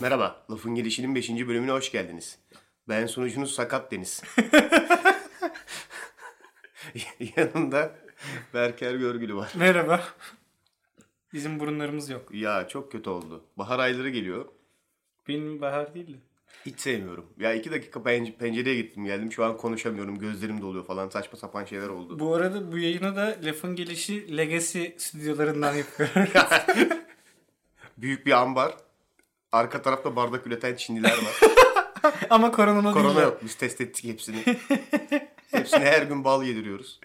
Merhaba, Lafın Gelişi'nin 5. bölümüne hoş geldiniz. Ben sunucunuz Sakat Deniz. Yanında Berker Görgülü var. Merhaba. Bizim burunlarımız yok. Ya çok kötü oldu. Bahar ayları geliyor. Benim bahar değil de. Hiç sevmiyorum. Ya iki dakika pen- pencereye gittim geldim. Şu an konuşamıyorum. Gözlerim doluyor falan. Saçma sapan şeyler oldu. Bu arada bu yayını da lafın gelişi Legacy stüdyolarından yapıyorum. Büyük bir ambar. Arka tarafta bardak üreten Çinliler var. Ama korona değil. Korona yok. Biz test ettik hepsini. hepsine her gün bal yediriyoruz.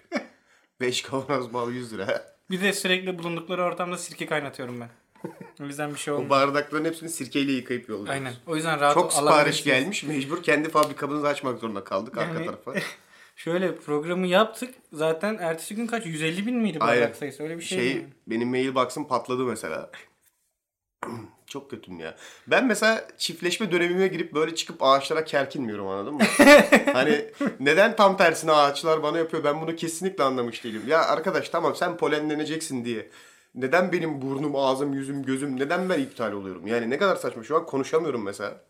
5 kavanoz bal 100 lira. Bir de sürekli bulundukları ortamda sirke kaynatıyorum ben. O yüzden bir şey O olmuyor. bardakların hepsini sirkeyle yıkayıp yolluyoruz. Aynen. O yüzden rahat Çok Allah sipariş bilir. gelmiş. Mecbur kendi fabrikamızı açmak zorunda kaldık Yani- arka tarafa. Şöyle programı yaptık. Zaten ertesi gün kaç? 150 bin miydi Aynen. bardak sayısı? Öyle bir şey, Şey mi? benim mailbox'ım patladı mesela. Çok kötüyüm ya. Ben mesela çiftleşme dönemime girip böyle çıkıp ağaçlara kerkinmiyorum anladın mı? hani neden tam tersine ağaçlar bana yapıyor ben bunu kesinlikle anlamış değilim. Ya arkadaş tamam sen polenleneceksin diye. Neden benim burnum, ağzım, yüzüm, gözüm neden ben iptal oluyorum? Yani ne kadar saçma şu an konuşamıyorum mesela.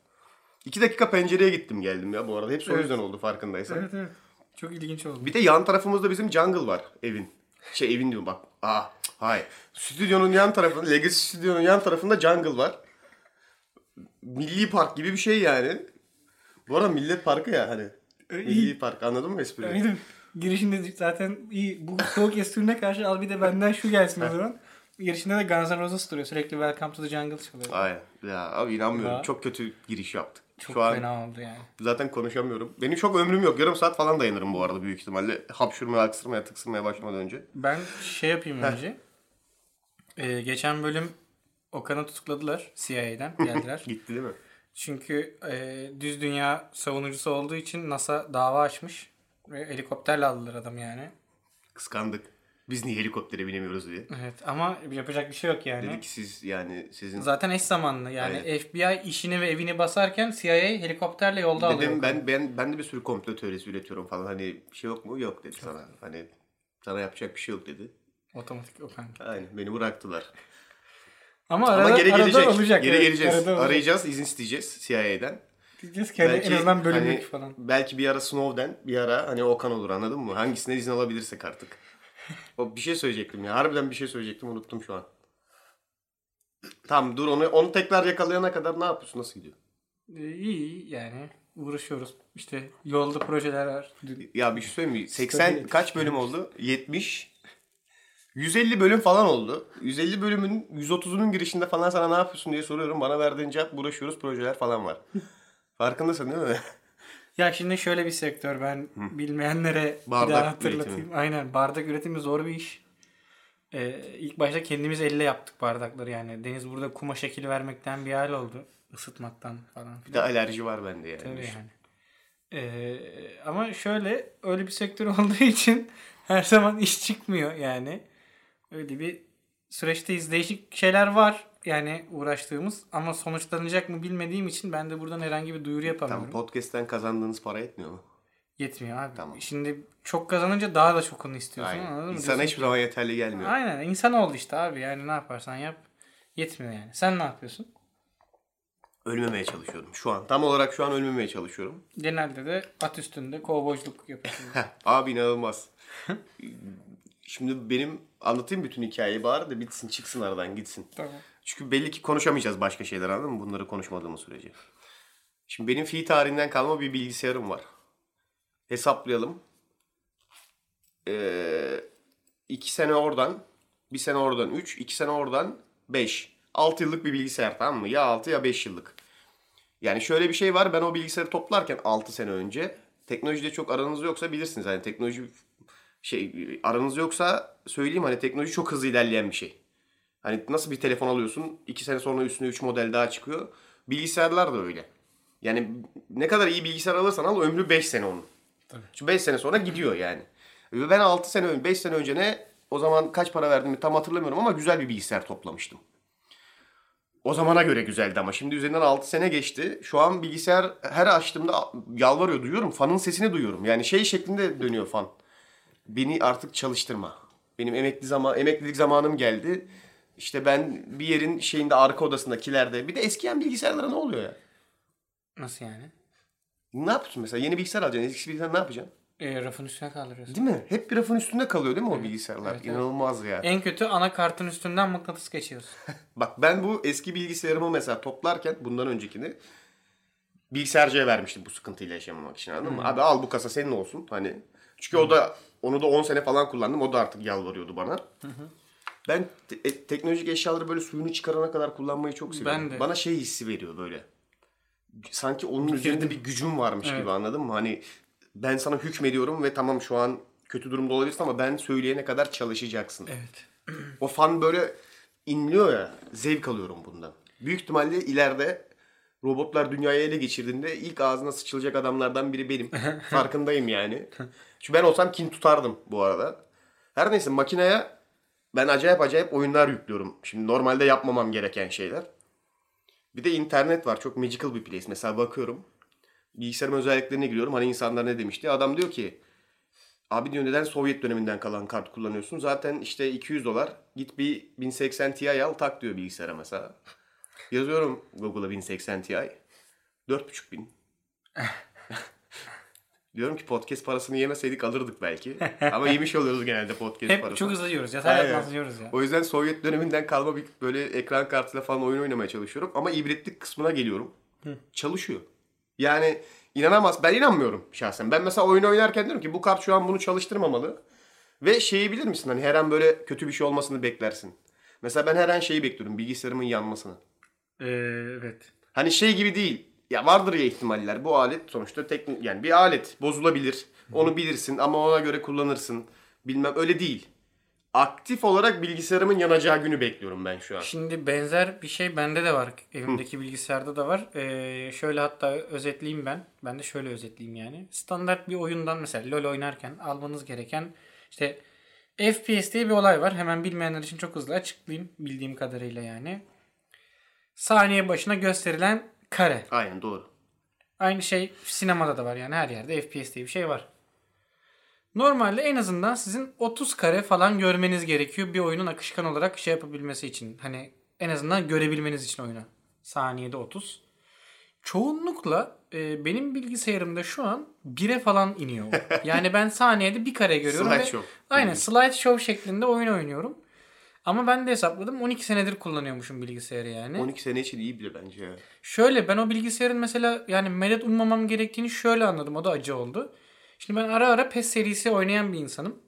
İki dakika pencereye gittim geldim ya bu arada. Hepsi o Evet. yüzden oldu farkındaysan. Evet evet. Çok ilginç oldu. Bir de yan tarafımızda bizim jungle var evin. Şey evin diyorum bak. Aa, cık, hayır. Stüdyonun yan tarafında, Legacy stüdyonun yan tarafında jungle var. Milli park gibi bir şey yani. Bu arada millet parkı ya hani. Ee, Milli park anladın mı espriyi? Aynen. Girişinde zaten iyi. Bu soğuk esprine karşı al bir de benden şu gelsin o zaman. Girişinde de Guns N' Roses duruyor. Sürekli Welcome to the Jungle çalıyor. Aynen. Ya abi inanmıyorum. Ya. Çok kötü giriş yaptık. Çok Şu an fena oldu yani. zaten konuşamıyorum. Benim çok ömrüm yok. Yarım saat falan dayanırım bu arada büyük ihtimalle. Hapşurmaya, aksırmaya, tıksırmaya başlamadan önce. Ben şey yapayım önce. Ee, geçen bölüm Okan'ı tutukladılar CIA'den geldiler. Gitti değil mi? Çünkü e, düz dünya savunucusu olduğu için NASA dava açmış. Ve helikopterle aldılar adam yani. Kıskandık. Biz niye helikoptere binemiyoruz diye. Evet ama yapacak bir şey yok yani. Dedi ki siz yani sizin Zaten eş zamanlı yani FBI işini ve evini basarken CIA helikopterle yolda alıyor. Dedim ben ben ben de bir sürü komplo teorisi üretiyorum falan hani bir şey yok mu? Yok dedi sana. Hani sana yapacak bir şey yok dedi. Otomatik o kanka. Aynen beni bıraktılar. Ama, arada, Ama geri arada gelecek. olacak. geri evet, geleceğiz. Arada olacak. Arayacağız, izin isteyeceğiz CIA'den. Diyeceğiz ki hani en azından bölümlük hani, falan. Belki bir ara Snowden, bir ara hani Okan olur anladın mı? Hangisinden izin alabilirsek artık. O bir şey söyleyecektim ya. Harbiden bir şey söyleyecektim unuttum şu an. Tamam dur onu onu tekrar yakalayana kadar ne yapıyorsun? Nasıl gidiyor? Ee, iyi yani uğraşıyoruz. İşte yolda projeler var. Dün- Ya bir şey söyleyeyim mi? 80 Tabii. kaç bölüm oldu? 70. 150 bölüm falan oldu. 150 bölümün 130'unun girişinde falan sana ne yapıyorsun diye soruyorum. Bana verdiğin cevap uğraşıyoruz projeler falan var. Farkındasın değil mi? Ya şimdi şöyle bir sektör ben bilmeyenlere Bardak bir daha hatırlatayım. üretimi. Aynen bardak üretimi zor bir iş. Ee, ilk başta kendimiz elle yaptık bardakları yani. Deniz burada kuma şekil vermekten bir hal oldu. Isıtmaktan falan. Bir de alerji var bende yani. Tabii Düşün. yani. Ee, ama şöyle öyle bir sektör olduğu için her zaman iş çıkmıyor yani. Öyle bir süreçteyiz. Değişik şeyler var yani uğraştığımız ama sonuçlanacak mı bilmediğim için ben de buradan herhangi bir duyuru yapamıyorum. Tam podcast'ten kazandığınız para yetmiyor mu? Yetmiyor abi. Tamam. Şimdi çok kazanınca daha da çok onu istiyorsun anladın Aynen. mı? İnsana hiçbir zaman yeterli gelmiyor. Aynen insan oldu işte abi yani ne yaparsan yap yetmiyor yani. Sen ne yapıyorsun? Ölmemeye çalışıyorum şu an. Tam olarak şu an ölmemeye çalışıyorum. Genelde de at üstünde kovboyculuk yapıyorsun. Heh, abi inanılmaz. Şimdi benim anlatayım bütün hikayeyi bari de bitsin çıksın aradan gitsin. tamam. Çünkü belli ki konuşamayacağız başka şeyler anladın mı? Bunları konuşmadığımız sürece. Şimdi benim fi tarihinden kalma bir bilgisayarım var. Hesaplayalım. Ee, iki sene oradan, bir sene oradan üç, iki sene oradan beş. Altı yıllık bir bilgisayar tamam mı? Ya altı ya beş yıllık. Yani şöyle bir şey var. Ben o bilgisayarı toplarken 6 sene önce teknolojide çok aranız yoksa bilirsiniz. Hani teknoloji şey aranız yoksa söyleyeyim hani teknoloji çok hızlı ilerleyen bir şey. Hani nasıl bir telefon alıyorsun 2 sene sonra üstüne 3 model daha çıkıyor. Bilgisayarlar da öyle. Yani ne kadar iyi bilgisayar alırsan al ömrü 5 sene onun. Tabii. Şu 5 sene sonra gidiyor yani. Ve ben 6 sene önce 5 sene önce ne o zaman kaç para verdiğimi tam hatırlamıyorum ama güzel bir bilgisayar toplamıştım. O zamana göre güzeldi ama şimdi üzerinden 6 sene geçti. Şu an bilgisayar her açtığımda yalvarıyor duyuyorum. Fanın sesini duyuyorum. Yani şey şeklinde dönüyor fan. Beni artık çalıştırma. Benim emekli zaman emeklilik zamanım geldi. İşte ben bir yerin şeyinde arka odasındakilerde bir de eskiyen bilgisayarlara ne oluyor ya? Nasıl yani? Ne yapıyorsun mesela? Yeni bilgisayar alacaksın. Eski bilgisayar ne yapacaksın? E, rafın üstüne kaldırıyorsun. Değil mi? Hep bir rafın üstünde kalıyor değil mi o bilgisayarlar? evet, evet. İnanılmaz ya. En kötü anakartın üstünden mıknatıs geçiyorsun. Bak ben bu eski bilgisayarımı mesela toplarken bundan öncekini bilgisayarcıya vermiştim bu sıkıntıyla yaşamamak için anladın Hmm. mı? Abi al bu kasa senin olsun hani. Çünkü o da onu da 10 sene falan kullandım. O da artık yalvarıyordu bana. Ben te- e- teknolojik eşyaları böyle suyunu çıkarana kadar kullanmayı çok seviyorum. Ben de. Bana şey hissi veriyor böyle. Sanki onun üzerinde bir gücüm varmış gibi anladın mı? Hani ben sana hükmediyorum ve tamam şu an kötü durumda olabilirsin ama ben söyleyene kadar çalışacaksın. evet. O fan böyle inliyor ya. Zevk alıyorum bundan. Büyük ihtimalle ileride robotlar dünyayı ele geçirdiğinde ilk ağzına sıçılacak adamlardan biri benim. Farkındayım yani. Çünkü ben olsam kin tutardım bu arada. Her neyse makineye ben acayip acayip oyunlar yüklüyorum. Şimdi normalde yapmamam gereken şeyler. Bir de internet var. Çok magical bir place. Mesela bakıyorum. Bilgisayarın özelliklerine giriyorum. Hani insanlar ne demişti? Adam diyor ki Abi diyor neden Sovyet döneminden kalan kart kullanıyorsun? Zaten işte 200 dolar. Git bir 1080 Ti al tak diyor bilgisayara mesela. Yazıyorum Google'a 1080 Ti. 4,5 bin. Diyorum ki podcast parasını yemeseydik alırdık belki. Ama yemiş oluyoruz genelde podcast Hep parasını. çok hızlı yiyoruz. Yatay Aynen. yatay hızlı yiyoruz ya. O yüzden Sovyet döneminden kalma bir böyle ekran kartıyla falan oyun oynamaya çalışıyorum. Ama ibretlik kısmına geliyorum. Çalışıyor. Yani inanamaz. Ben inanmıyorum şahsen. Ben mesela oyun oynarken diyorum ki bu kart şu an bunu çalıştırmamalı. Ve şeyi bilir misin? Hani her an böyle kötü bir şey olmasını beklersin. Mesela ben her an şeyi bekliyorum. Bilgisayarımın yanmasını. Ee, evet. Hani şey gibi değil. Ya vardır ya ihtimaller. Bu alet sonuçta teknik yani bir alet bozulabilir. Onu bilirsin ama ona göre kullanırsın. Bilmem öyle değil. Aktif olarak bilgisayarımın yanacağı günü bekliyorum ben şu an. Şimdi benzer bir şey bende de var. Evimdeki bilgisayarda da var. Ee, şöyle hatta özetleyeyim ben. Ben de şöyle özetleyeyim yani. Standart bir oyundan mesela LoL oynarken almanız gereken işte FPS diye bir olay var. Hemen bilmeyenler için çok hızlı açıklayayım bildiğim kadarıyla yani. Saniye başına gösterilen kare. Aynen doğru. Aynı şey sinemada da var yani her yerde FPS diye bir şey var. Normalde en azından sizin 30 kare falan görmeniz gerekiyor bir oyunun akışkan olarak şey yapabilmesi için. Hani en azından görebilmeniz için oyunu. Saniyede 30. Çoğunlukla e, benim bilgisayarımda şu an 1'e falan iniyor. o. Yani ben saniyede bir kare görüyorum. ve- Slideshow. Aynen slideshow şeklinde oyun oynuyorum. Ama ben de hesapladım 12 senedir kullanıyormuşum bilgisayarı yani. 12 sene için iyi bile bence ya. Şöyle ben o bilgisayarın mesela yani medet ummamam gerektiğini şöyle anladım. O da acı oldu. Şimdi ben ara ara PES serisi oynayan bir insanım.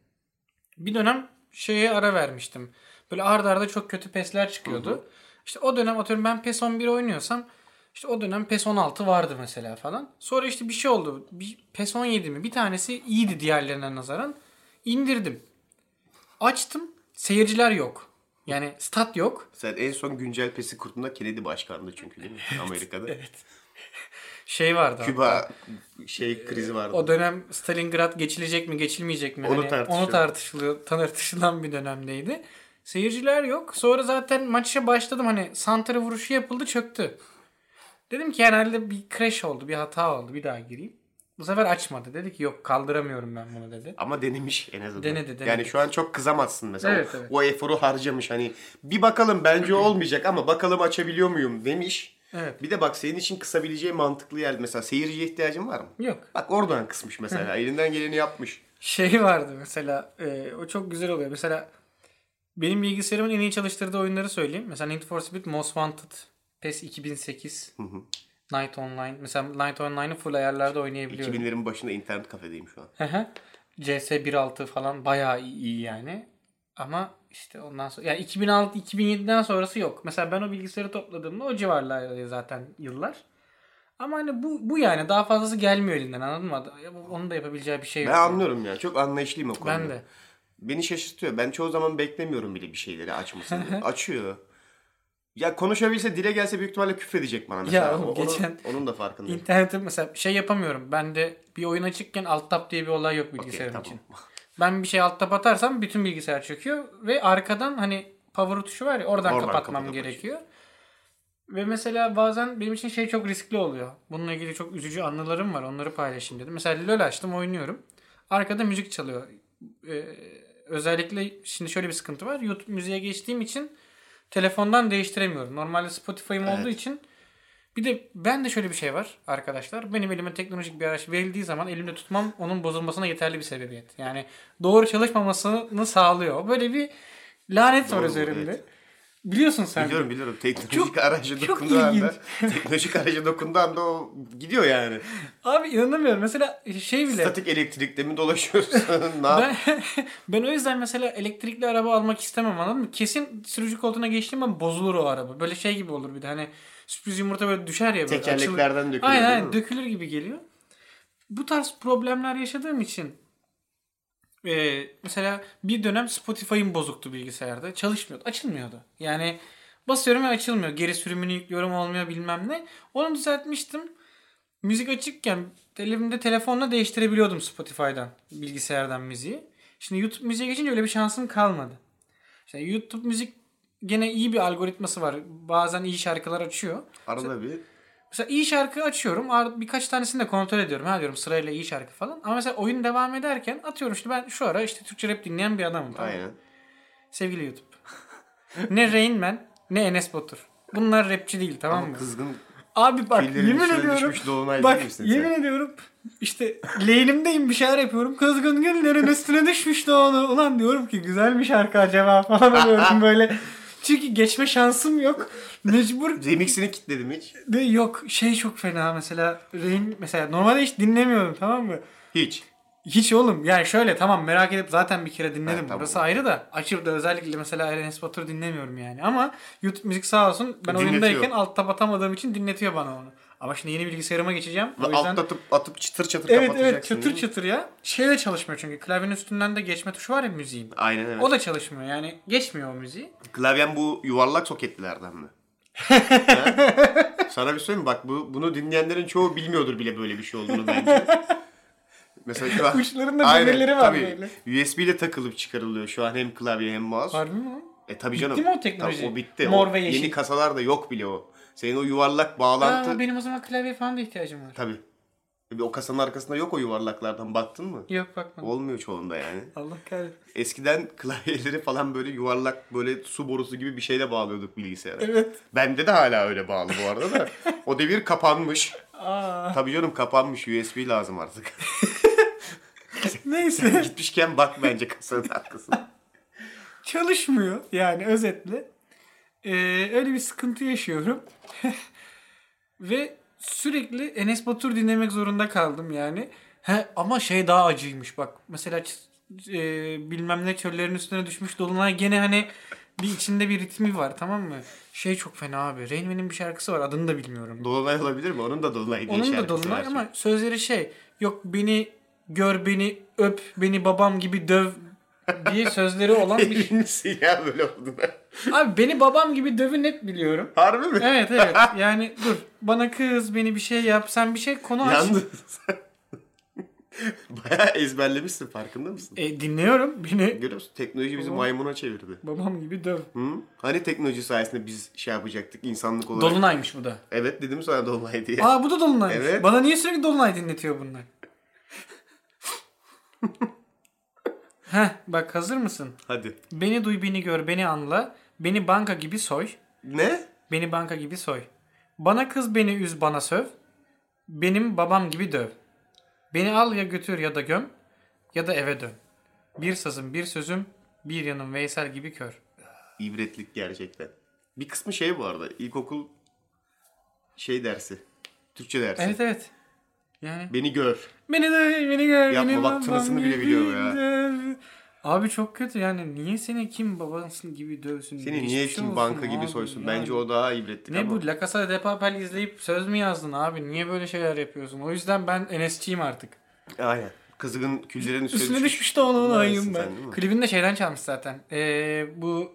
bir dönem şeye ara vermiştim. Böyle arda arda çok kötü PES'ler çıkıyordu. İşte o dönem atıyorum ben PES 11 oynuyorsam işte o dönem PES 16 vardı mesela falan. Sonra işte bir şey oldu. Bir PES 17 mi? Bir tanesi iyiydi diğerlerine nazaran. İndirdim. Açtım. Seyirciler yok. Yani stat yok. Sen en son güncel pesi kurtunda Kennedy başkandı çünkü değil mi? Amerika'da. Şey vardı. hatta. Küba şey krizi vardı. O dönem Stalingrad geçilecek mi geçilmeyecek mi? Onu Hani tartışıyor. Onu tartışılıyor, tartışılan bir dönemdeydi. Seyirciler yok. Sonra zaten maça başladım hani santra vuruşu yapıldı çöktü. Dedim ki herhalde bir crash oldu, bir hata oldu. Bir daha gireyim. Bu sefer açmadı. Dedi ki yok kaldıramıyorum ben bunu dedi. Ama denemiş en azından. Denedi, denedi. Yani şu an çok kızamazsın mesela. Evet, O- evet. O eforu harcamış hani. Bir bakalım bence olmayacak ama bakalım açabiliyor muyum demiş. Evet. Bir de bak senin için kısabileceği mantıklı yer. Mesela seyirciye ihtiyacın var mı? Yok. Bak oradan kısmış mesela. Elinden geleni yapmış. Şey vardı mesela e, o çok güzel oluyor. Mesela benim bilgisayarımın en iyi çalıştırdığı oyunları söyleyeyim. Mesela Need for Speed Most Wanted, PES 2008, Night Online. Mesela Night Online'ı full ayarlarda oynayabiliyorum. 2000'lerin başında internet kafedeyim şu an. Hı hı. CS 1.6 falan bayağı iyi, iyi yani. Ama işte ondan sonra yani 2006 2007'den sonrası yok. Mesela ben o bilgisayarı topladığımda o civarlarda zaten yıllar. Ama hani bu bu yani daha fazlası gelmiyor elinden anladın mı? Onun da yapabileceği bir şey yok. Ben anlıyorum ya. Çok anlayışlıyım o konuda. Ben de. Beni şaşırtıyor. Ben çoğu zaman beklemiyorum bile bir şeyleri açmasını. Açıyor. Ya konuşabilse dile gelse büyük ihtimalle küfredecek bana mesela. oğlum, O- onun, geçen- onun da farkındayım. İnternette mesela şey yapamıyorum. Ben de bir oyun açıkken alt tab diye bir olay yok bilgisayarım tamam. için. Ben bir şey alt tab atarsam bütün bilgisayar çöküyor ve arkadan hani power tuşu var ya oradan, Oradan kapatmam kapatıyorsun. gerekiyor. Ve mesela bazen benim için şey çok riskli oluyor. Bununla ilgili çok üzücü anılarım var. Onları paylaşayım dedim. Mesela LoL açtım oynuyorum. Arkada müzik çalıyor. Ee, özellikle şimdi şöyle bir sıkıntı var. YouTube müziğe geçtiğim için telefondan değiştiremiyorum. Normalde Spotify'ım Evet. olduğu için bir de ben de şöyle bir şey var arkadaşlar. Benim elime teknolojik bir araç verildiği zaman elimde tutmam onun bozulmasına yeterli bir sebebiyet. Yani doğru çalışmamasını sağlıyor. Böyle bir lanet var Doğru, üzerimde. evet. Biliyorsun sen. de. Biliyorum biliyorum. Teknolojik Çok- araca çok dokunduğu anda. ilginç. teknolojik araca dokunduğu anda o gidiyor yani. Abi inanamıyorum. Mesela şey bile. Statik elektrikte mi dolaşıyorsun? ne yap? Ben, ben o yüzden mesela elektrikli araba almak istemem anladın mı? Kesin sürücü koltuğuna geçtiğim ben bozulur o araba. Böyle şey gibi olur bir de hani sürpriz yumurta böyle düşer ya. Böyle açılır. Tekerleklerden dökülüyor Aynen değil aynen mi? dökülür gibi geliyor. Bu tarz problemler yaşadığım için e, mesela bir dönem Spotify'ım bozuktu bilgisayarda. Çalışmıyordu. Açılmıyordu. Yani basıyorum ve açılmıyor. Geri sürümünü yüklüyorum olmuyor bilmem ne. Onu düzeltmiştim. Müzik açıkken elimde telefonla değiştirebiliyordum Spotify'dan, bilgisayardan müziği. Şimdi YouTube müziğe geçince öyle bir şansım kalmadı. İşte YouTube müzik gene iyi bir algoritması var. Bazen iyi şarkılar açıyor. Arada bir. Mesela iyi şarkı açıyorum. ar- Birkaç tanesini de kontrol ediyorum. Ha diyorum sırayla iyi şarkı falan. Ama mesela oyun devam ederken atıyorum işte ben şu ara işte Türkçe rap dinleyen bir adamım. Tamam. mı? Aynen. Sevgili YouTube. ne Rain Man ne Enes Batur. Bunlar rapçi değil tamam Ama mı? kızgın Abi bak Küllerin yemin içine ediyorum. düşmüş dolunay Bak değil misin sen? yemin ediyorum. işte leğenimdeyim bir şeyler yapıyorum. Kızgın günlerin üstüne düşmüş doğdu. Ulan diyorum ki güzel bir şarkı acaba falan oluyorum böyle. Çünkü geçme şansım yok. Mecbur remixini kitledim hiç. de yok şey çok fena mesela Rain mesela normalde hiç dinlemiyorum tamam mı? Hiç. Hiç oğlum yani şöyle tamam merak edip zaten bir kere dinledim. Ha, tamam. Burası ayrı da açıp da özellikle mesela Enes Batur dinlemiyorum yani. Ama YouTube müzik sağ olsun ben Dinletiyor. oyundayken altta batamadığım için dinletiyor bana onu. Ama şimdi yeni bilgisayarıma geçeceğim. O Altlatıp yüzden... atıp, atıp çıtır çıtır Evet evet kapatacaksın. çıtır değil mi? çıtır ya. Şeyle çalışmıyor çünkü klavyenin üstünden de geçme tuşu var ya müziğin. Aynen evet. O da çalışmıyor yani geçmiyor o müziği. Klavyen bu yuvarlak soketlilerden mi? Ha? Sana bir şey söyleyeyim mi? Bak bu, bunu dinleyenlerin çoğu bilmiyordur bile böyle bir şey olduğunu bence. Mesela şu an... Uçlarında Aynen, demirleri var tabii. böyle. USB ile takılıp çıkarılıyor şu an hem klavye hem mouse. Harbi mi? E tabii canım. mi o teknoloji? Tabii, o bitti. Mor o, ve yeşil. Yeni kasalarda yok bile o. Senin o yuvarlak bağlantı... Aa, benim o zaman klavye falan da ihtiyacım var. Tabii. E, O kasanın arkasında yok o yuvarlaklardan baktın mı? Yok bakma. Olmuyor çoğunda yani. Allah kahretsin. Eskiden klavyeleri falan böyle yuvarlak böyle su borusu gibi bir şeyle bağlıyorduk bilgisayara. Evet. Bende de hala öyle bağlı bu arada da. O devir kapanmış. Aa, Tabii canım kapanmış. USB lazım artık. neyse Gitmişken bak bence kasanın arkasına. çalışmıyor yani özetle. Ee, öyle bir sıkıntı yaşıyorum. Ve sürekli Enes Batur dinlemek zorunda kaldım yani. He, ama şey daha acıymış bak. Mesela ç- e, bilmem ne çöllerin üstüne düşmüş dolunay gene hani bir içinde bir ritmi var tamam mı? Şey çok fena abi. Rain Man'in bir şarkısı var adını da bilmiyorum. Dolunay olabilir mi? Onun da dolunay diye Onun da şarkısı var. dolunay ama sözleri şey yok beni gör beni öp beni babam gibi döv diye sözleri olan bir Emin misin ya böyle olduğuna? Abi beni babam gibi dövün hep biliyorum. Harbi mi? Evet evet yani dur bana kız beni bir şey yap sen bir şey konu aç. Yalnız. Bayağı ezberlemişsin farkında mısın? E, dinliyorum beni Görüyor musun? Teknoloji bizi Tamam. maymuna çevirdi. babam gibi döv. Hı? Hani teknoloji sayesinde biz şey yapacaktık insanlık olarak. Dolunaymış bu da. Evet dedim sana dolunay diye. Aa bu da Dolunaymış. Evet. Bana niye sürekli Dolunay dinletiyor bunlar? Heh bak hazır mısın? Hadi. Beni duy beni gör beni anla. Beni banka gibi soy. Ne? Beni banka gibi soy. Bana kız beni üz bana söv. Benim babam gibi döv. Beni al ya götür ya da göm ya da eve dön. Bir sazım bir sözüm bir yanım Veysel gibi kör. İbretlik gerçekten. Bir kısmı şey bu arada. İlkokul şey dersi. Türkçe dersi. Evet evet. Yani Beni gör. beni de beni gör. Yapma, benim bak babam tınısını bile gibi biliyor ya. döv. Abi çok kötü yani niye seni kim babasın gibi dövsün? Seni Hiçbir niye şey kim olsun banka gibi abi soysun? yani. Bence o daha ibretlik Ne ama. bu La Casa de Papel izleyip söz mü yazdın abi? Niye böyle şeyler yapıyorsun? O yüzden ben NS'çiyim artık. Aynen. Kızgın küllerin üstüne, Üstüne düşmüş. düşmüş de onu onu Bunlar ayım arasın ben. sen, değil mi? Klibini de şeyden çalmış zaten. Ee, bu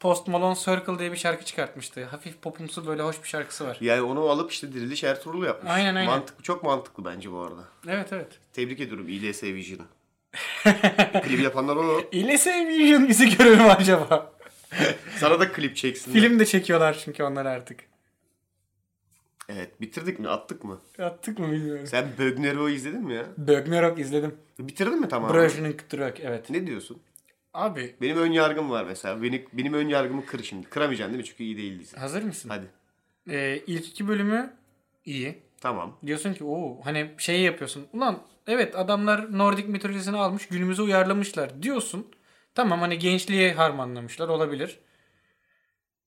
Post Malone Circle diye bir şarkı çıkartmıştı. Hafif popumsu böyle hoş bir şarkısı var. Yani onu alıp işte Diriliş Ertuğrul yapmış. Aynen, aynen. Mantıklı, çok mantıklı bence bu arada. Evet evet. Tebrik ediyorum İLS Vision'ı. klip yapanlar o. İlese Vision bizi görür mü acaba? Sana da klip çeksinler. Film de çekiyorlar çünkü onlar artık. Evet bitirdik mi attık mı? Attık mı bilmiyorum. Sen Bögner'i o izledin mi ya? Bögnerok izledim. Bitirdin mi tamamen? Brojnink Drök evet. Ne diyorsun? Abi Benim ön yargım var mesela. Beni, benim ön yargımı kır şimdi. Kıramayacaksın değil mi? Çünkü iyi değildi. hazır mısın? Hadi. Ee, ilk iki bölümü iyi. Tamam. Diyorsun ki o hani şeyi yapıyorsun. Ulan evet adamlar Nordik mitolojisini almış günümüze uyarlamışlar diyorsun. Tamam hani gençliğe harmanlamışlar olabilir.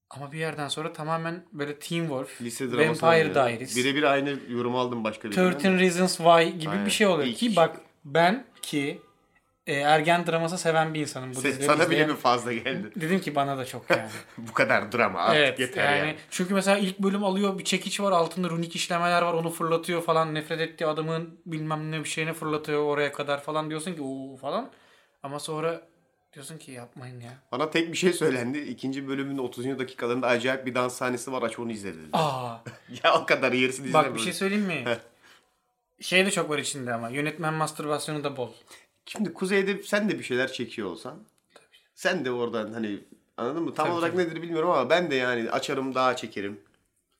Ama bir yerden sonra tamamen böyle Teen Wolf, Lise draması. Vampire Diaries, Birebir aynı yorum aldım başka bir 13 yerden. Reasons Why gibi Aynen. bir şey oluyor. İlk- Ki bak ben ki e, ergen draması seven bir insanım. Bu Se- dizileri Sana bile izleyen- mi fazla geldi? Dedim ki bana da çok yani. Bu kadar drama artık evet yeter yani. yani. Çünkü mesela ilk bölüm alıyor bir çekiç var altında runik işlemeler var onu fırlatıyor falan. Nefret ettiği adamın bilmem ne bir şeyini fırlatıyor oraya kadar falan diyorsun ki uuu falan. Ama sonra diyorsun ki yapmayın ya. Bana tek bir şey söylendi. İkinci bölümün 30. dakikalarında acayip bir dans sahnesi var. Aç onu izle dedi. Aa ya o kadar yarısını izle. Ah. bak bir şey söyleyeyim mi? şey de çok var içinde ama yönetmen mastürbasyonu da bol. Şimdi Kuzey'de sen de bir şeyler çekiyor olsan. Sen de oradan hani anladın mı? Tam Tabii, olarak nedir bilmiyorum ama ben de yani açarım daha çekerim.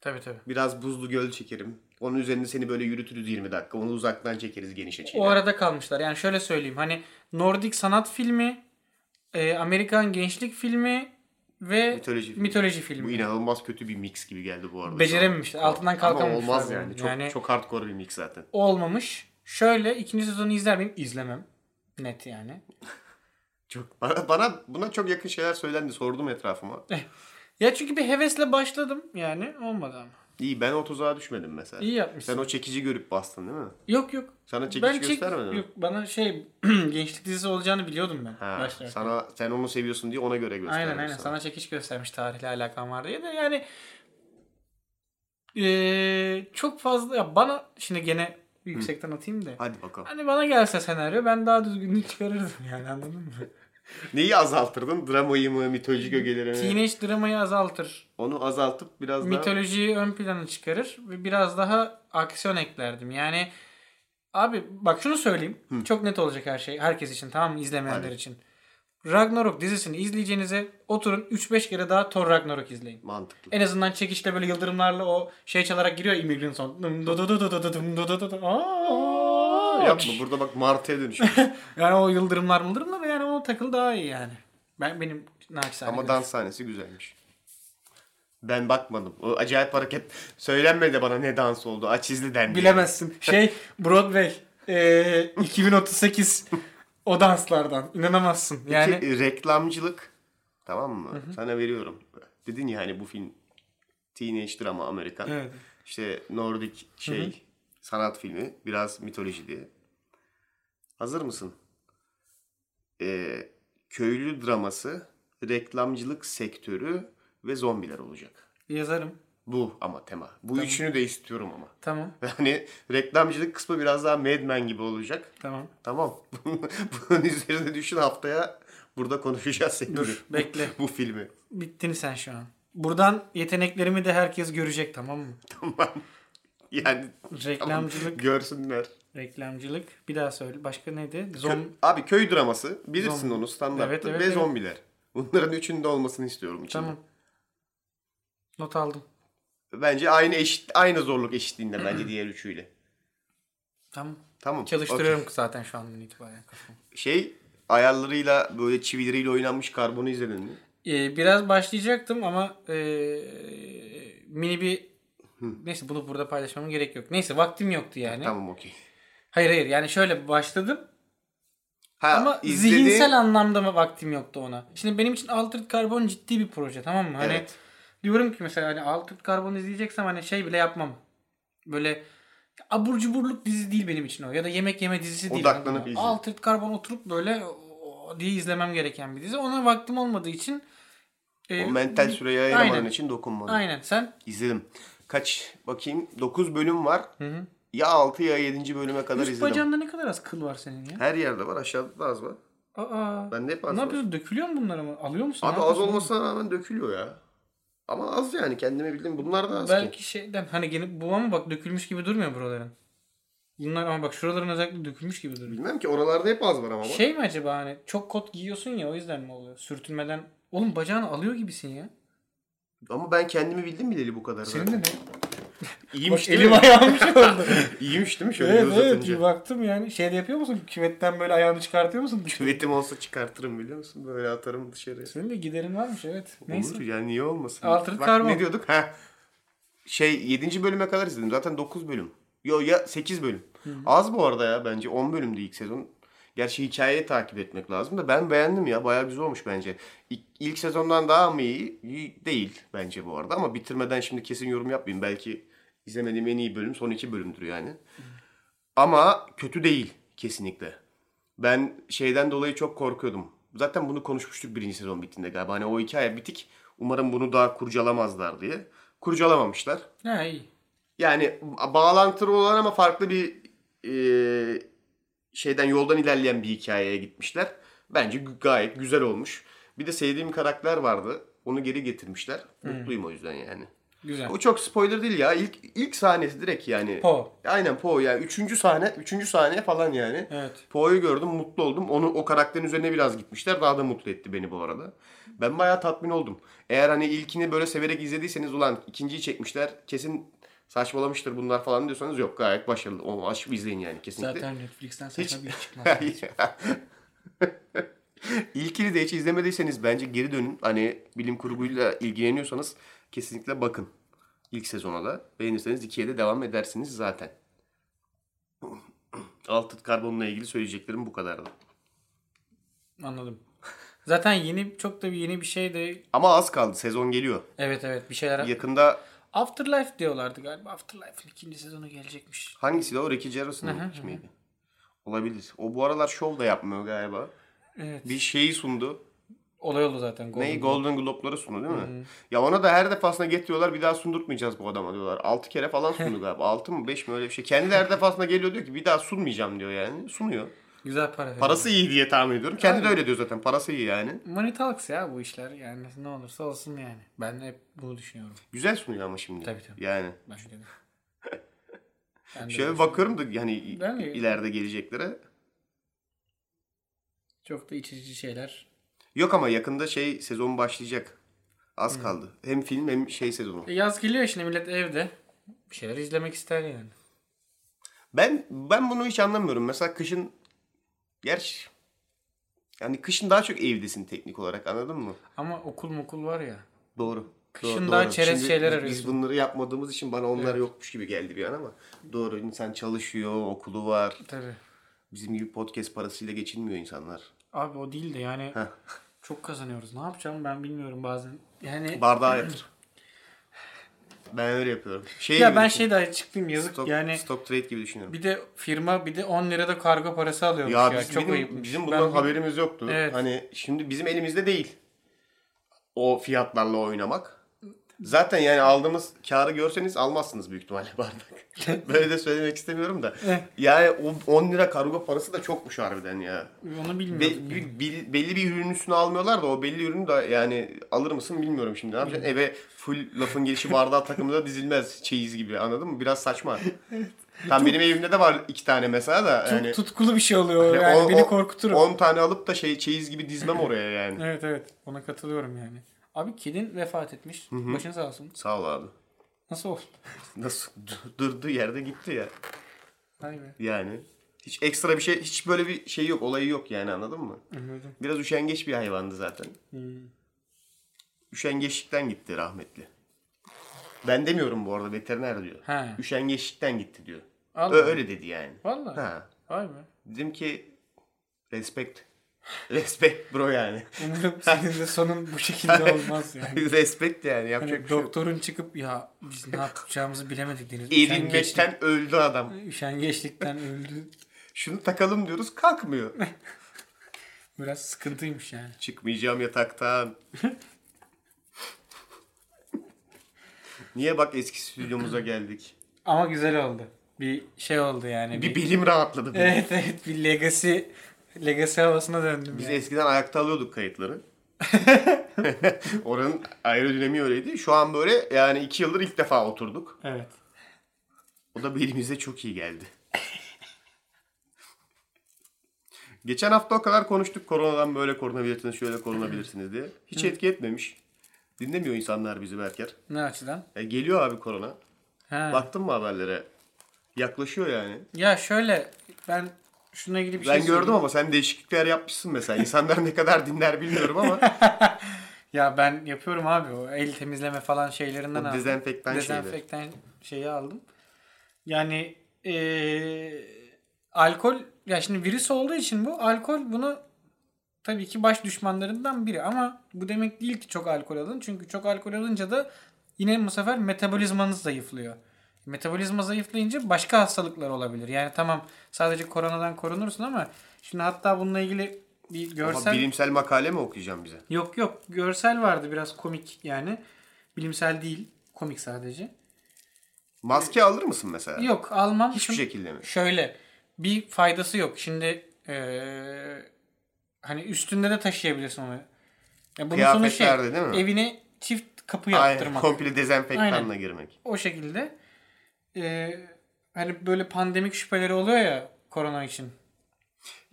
Tabii tabii. Biraz buzlu göl çekerim. Onun üzerinde seni böyle yürütürüz 20 dakika. Onu uzaktan çekeriz geniş açıyla. O arada kalmışlar. Yani şöyle söyleyeyim. Hani Nordik sanat filmi, e, Amerikan gençlik filmi ve Mitoloji filmi. mitoloji filmi. Bu inanılmaz kötü bir mix gibi geldi bu arada. Becerememişler. Altından Ama kalkamamışlar. olmaz bunun. yani. Çok, çok hardcore bir mix zaten. olmamış. Şöyle ikinci sezonu izler miyim? İzlemem. Net yani. Çok bana, bana buna çok yakın şeyler söylendi. Sordum etrafıma. Ya çünkü bir hevesle başladım yani olmadı ama. İyi ben o tuzağa düşmedim mesela. İyi yapmışsın. Sen o çekici görüp bastın değil mi? Yok yok. Sana çekiş Ben çek... göstermedin mi? Yok bana şey gençlik dizisi olacağını biliyordum ben. Ha, başlarken. sana sen onu seviyorsun diye ona göre gösterdim. Aynen aynen sana çekiş göstermiş tarihle alakan var diye de yani eee, çok fazla ya bana şimdi gene yüksekten atayım da Hadi bakalım. hani bana gelse senaryo ben daha düzgünlüğü çıkarırdım yani anladın mı? Neyi azaltırdın? Dramayı mı, mitolojik ögeleri mi? Teenage dramayı azaltır. Onu azaltıp biraz daha Mitolojiyi ön plana çıkarır ve biraz daha aksiyon eklerdim. Yani abi bak şunu söyleyeyim. Çok net olacak her şey. Herkes için tamam mı? İzlemeyenler Hadi. için. Ragnarok dizisini izleyeceğinize oturun 3-5 kere daha Thor Ragnarok izleyin. mantıklı. En azından çekişle böyle yıldırımlarla o şey çalarak giriyor Immigrant Song. Dım dı dı dı dı dı dım dı dı dı dı. Aa! Yapma burada bak Martı'ya dönüşüyor. Yani o yıldırımlar mıldırımlar yani o takıl daha iyi yani. Ben benim naçizane. Ama dans sahnesi güzelmiş. Ben bakmadım. O acayip hareket. Söylenmedi bana ne dans oldu. Aç izle dendi. Bilemezsin. Şey Broadway e, eee, 2038 o danslardan inanamazsın. Yani Ki reklamcılık tamam mı? Sana veriyorum. Dedin ya hani bu film teenage drama Amerikan. Evet. İşte Nordik şey sanat filmi biraz mitoloji diye. Hazır mısın? Ee, köylü draması, reklamcılık sektörü ve zombiler olacak. yazarım. Bu ama tema. Bu üçünü de istiyorum ama. Tamam. Yani reklamcılık kısmı biraz daha Mad Men gibi olacak. Tamam. Tamam. Bunun üzerine düşün haftaya burada konuşacağız seninle. Dur, bekle. Bu filmi. Bittin sen şu an. Buradan yeteneklerimi de herkes görecek tamam mı? Tamam. Yani tamam, Reklamcılık, görsünler. reklamcılık. Bir daha söyle. Başka neydi? Kö- Zom Abi köy draması bilirsin Zombi. onu standarttır Evet, evet, ve evet. zombiler. Bunların üçünde olmasını istiyorum içinde. Tamam. Not aldım. Bence aynı eşit aynı zorluk eşitliğinde bence diğer üçüyle. Tamam. Tamam. Çalıştırıyorum zaten şu andan itibaren kafamı. Okey. Şey ayarlarıyla böyle çivileriyle oynanmış karbonu izledin mi? Ee, biraz başlayacaktım ama ee, mini bir neyse bunu burada paylaşmama gerek yok. Neyse vaktim yoktu yani. Tamam okey. Hayır hayır yani şöyle başladım Ha, ama izlediğin- zihinsel anlamda mı vaktim yoktu ona. Şimdi benim için Altered Carbon ciddi bir proje tamam mı? Hani Evet. diyorum ki mesela hani Altered Carbon izleyeceksem hani şey bile yapmam. Böyle abur cuburluk dizi değil benim için o ya da yemek yeme dizisi değil. Odaklanıp anladın mı? izle. Altered Carbon oturup böyle o diye izlemem gereken bir dizi. Ona vaktim olmadığı için e, O mental süreyi ayıramadığın Aynen. için dokunmadım. Aynen sen İzledim. Kaç bakayım? 9 bölüm var. Ya 6 ya 7. bölüme kadar üst izledim. bacağında ne kadar az kıl var senin ya. Her yerde var. Aşağıda da az var. Aa. Ben de hep az ne var. yapıyorsun? Dökülüyor mu bunları mı? Alıyor musun? Abi Ne az yapıyorsun? olmasına rağmen dökülüyor ya. Ama az yani kendime bildiğim bunlar da az ki. Belki şeyden hani gene bu ama bak dökülmüş gibi durmuyor buraların. Bunlar ama bak şuraların özellikle dökülmüş gibi duruyor. Bilmem ki oralarda hep az var ama. Şey mi acaba hani çok kot giyiyorsun ya o yüzden mi oluyor? Sürtünmeden. Oğlum bacağını alıyor gibisin ya. Ama ben kendimi bildim bileli bu kadar. Senin zaten. de ne? İyiymiş değil elim mi? ayağım şey oldu. İyiymiş değil mi şöyle evet evet uzatınca? bir baktım yani. Şeyde yapıyor musun? Küvetten böyle ayağını çıkartıyor musun? Küvetim olsa çıkartırım biliyor musun? Böyle atarım dışarıya. Senin de giderin varmış evet. Neyse. Olur ya niye olmasın? Altered Bak Carbon. ne diyorduk? Ha. Şey 7. bölüme kadar izledim. Zaten 9 bölüm. Yo ya 8 bölüm. Az bu arada ya bence 10 bölümdü ilk sezon. Gerçi hikayeyi takip etmek lazım da ben beğendim ya. Bayağı güzel olmuş bence. İlk, ilk sezondan daha mı iyi? İyi Değil bence bu arada ama bitirmeden şimdi kesin yorum yapmayayım. Belki izlemediğim en iyi bölüm son 2 bölümdür yani. Ama kötü değil kesinlikle. Ben şeyden dolayı çok korkuyordum. Zaten bunu konuşmuştuk birinci sezon bittiğinde galiba. Hani o hikaye bitik. Umarım bunu daha kurcalamazlar diye. Kurcalamamışlar. Ha iyi. Yani bağlantılı olan ama farklı bir e, şeyden yoldan ilerleyen bir hikayeye gitmişler. Bence gü- gayet güzel olmuş. Bir de sevdiğim karakter vardı. Onu geri getirmişler. Mutluyum o yüzden yani. Güzel. O çok spoiler değil ya. İlk ilk sahnesi direkt yani. Po. Aynen Po yani. Üçüncü sahne, üçüncü sahne falan yani. Evet. Po'yu gördüm, mutlu oldum. Onu o karakterin üzerine biraz gitmişler. Daha da mutlu etti beni bu arada. Ben bayağı tatmin oldum. Eğer hani ilkini böyle severek izlediyseniz ulan ikinciyi çekmişler. Kesin saçmalamıştır bunlar falan diyorsanız yok gayet başarılı. Onu açıp izleyin yani kesinlikle. Zaten Netflix'ten saçma bir iş çıkmaz. İlkini de hiç izlemediyseniz bence geri dönün. Hani bilim kurguyla ilgileniyorsanız kesinlikle bakın. İlk sezona da. Beğenirseniz ikiye de devam edersiniz zaten. Altın karbonla ilgili söyleyeceklerim bu kadardı. Anladım. Zaten yeni çok da bir yeni bir şey de Ama az kaldı. Sezon geliyor. evet evet bir şeyler Yakında Afterlife diyorlardı galiba. Afterlife'ın ikinci sezonu gelecekmiş. hangisi de o Ricky Gervais'ın miydi? Olabilir. O bu aralar şov da yapmıyor galiba. Evet. Bir şeyi sundu. Olay oldu zaten. Golden Neyi? Globe. Golden Globe'ları sundu değil mi? Ya ona da her defasında getiriyorlar bir daha sundurtmayacağız bu adama diyorlar. 6 kere falan sundu galiba. 6 mı 5 mi öyle bir şey. Kendi de her defasında geliyor diyor ki bir daha sunmayacağım diyor yani. Sunuyor. Güzel para. veriyor. Parası iyi diye tahmin ediyorum. Kendi de öyle diyor zaten. Parası iyi yani. Money talks ya bu işler. Yani ne olursa olsun yani. Ben hep bunu düşünüyorum. Güzel sunuyor ama şimdi. Tabii, tabii. Yani. Bence de. Ben de Şöyle öyle bakıyorum da yani Ben de- ileride geleceklere. Çok da iç içici şeyler. Yok ama yakında şey sezon başlayacak. Az kaldı. Hem film hem şey sezonu. E, yaz geliyor şimdi millet evde. Bir şeyler izlemek ister yani. Ben ben bunu hiç anlamıyorum. Mesela kışın gerçi yani kışın daha çok evdesin teknik olarak anladın mı? Ama okul mukul var ya. Doğru. Kışın Doğru, daha doğru. çerez Şimdi şeyler biz- Biz arıyorsun. bunları yapmadığımız için bana onlar yokmuş gibi geldi bir an ama. Doğru insan çalışıyor, okulu var. Tabii. Bizim gibi podcast parasıyla geçinmiyor insanlar. Abi o değil de yani çok kazanıyoruz. Ne yapacağım ben bilmiyorum bazen. Yani Bardağa yatır. ben öyle yapıyorum. Şey ya gibi ben düşün- şey daha çıktım yazık stock, yani. stock trade gibi düşünüyorum. Bir de firma bir de 10 lirada kargo parası alıyormuş ya. Ya, biz, çok bizim, ayıpmış. bizim Ben bundan bir- haberimiz yoktu. Evet. Hani şimdi bizim elimizde değil o fiyatlarla oynamak. Zaten yani aldığımız karı görseniz almazsınız büyük ihtimalle bardak. Böyle de söylemek istemiyorum da. Eh. yani o 10 lira kargo parası da çokmuş harbiden ya. Onu bilmiyordum. Be- bir- bil- belli bir ürünün üstüne almıyorlar da o belli ürünü de yani alır mısın bilmiyorum şimdi. Ne yapacaksın? Hmm. Eve full lafın gelişi bardağı takımında dizilmez çeyiz gibi anladın mı? Biraz saçma. Tam benim evimde de var iki tane mesela da. Çok yani- tutkulu bir şey oluyor. ya Yani on- beni on- korkutur. o. 10 tane alıp da şey çeyiz gibi dizmem oraya yani. Evet evet. Ona katılıyorum yani. Abi kedin vefat etmiş. Başın sağ olsun. Sağ ol abi. Nasıl oldu? Nasıl dur- durduğu yerde gitti ya. Hay be. Yani hiç ekstra bir şey hiç böyle bir şey yok olayı yok yani anladın mı? Anladım. Biraz üşengeç bir hayvandı zaten. Hmm. Üşengeçlikten gitti rahmetli. Ben demiyorum bu arada veteriner diyor. He. Üşengeçlikten gitti diyor. Al. Ö- öyle dedi yani. Vallahi. Ha. Vay be. Dedim ki respect. Respect bro yani. Umarım senin de sonun bu şekilde olmaz yani. respect yani yapacak Hani bir şey yok. doktorun çıkıp ya biz ne yapacağımızı bilemedik deniz. Üşengeçlik- Erinmekten öldü adam. Üşengeçlikten öldü. Şunu takalım diyoruz kalkmıyor. Biraz sıkıntıymış yani. Çıkmayacağım yataktan. Niye bak eski stüdyomuza geldik? Ama güzel oldu. Bir şey oldu yani. Bir Bir, bilim rahatladı. bir. evet evet bir legacy legacy havasına döndüm. Biz yani. eskiden ayakta alıyorduk kayıtları. Oranın aerodinamiği öyleydi. Şu an böyle yani iki yıldır ilk defa oturduk. Evet. O da belimize çok iyi geldi. Geçen hafta o kadar konuştuk koronadan böyle korunabilirsiniz, şöyle korunabilirsiniz diye. Hiç etki etmemiş. Dinlemiyor insanlar bizi Berker. Ne açıdan? E, geliyor abi korona. He. He. Baktın mı haberlere? Yaklaşıyor yani. Ya şöyle ben şuna ilgili bir şey Ben gördüm söyleyeyim. ama sen değişiklikler yapmışsın mesela. İnsanlar ne kadar dinler bilmiyorum ama Ya ben yapıyorum abi o el temizleme falan şeylerinden O dezenfektan şeyleri. Dezenfektan şeyi aldım. Yani eee, alkol ya şimdi virüs olduğu için bu alkol bunu tabii ki baş düşmanlarından biri ama bu demek değil ki çok alkol alın. Çünkü çok alkol alınca da yine bu sefer metabolizmanız zayıflıyor. Metabolizma zayıflayınca başka hastalıklar olabilir. Yani tamam sadece koronadan korunursun ama şimdi hatta bununla ilgili bir Ama görsel bilimsel makale mi okuyacaksın bize? Yok yok görsel vardı biraz komik yani. Bilimsel değil komik sadece. Maske alır mısın mesela? Yok almam. Hiçbir Çünkü şekilde mi? Şöyle bir faydası yok. Şimdi eee, hani üstünde de taşıyabilirsin onu. Ya bunun sonu şey Kıyafetlerde değil mi? evine çift kapı Aynen. yaptırmak. Komple dezenfektanla Aynen. girmek. o şekilde eee, hani böyle pandemik şüpheleri oluyor ya korona için.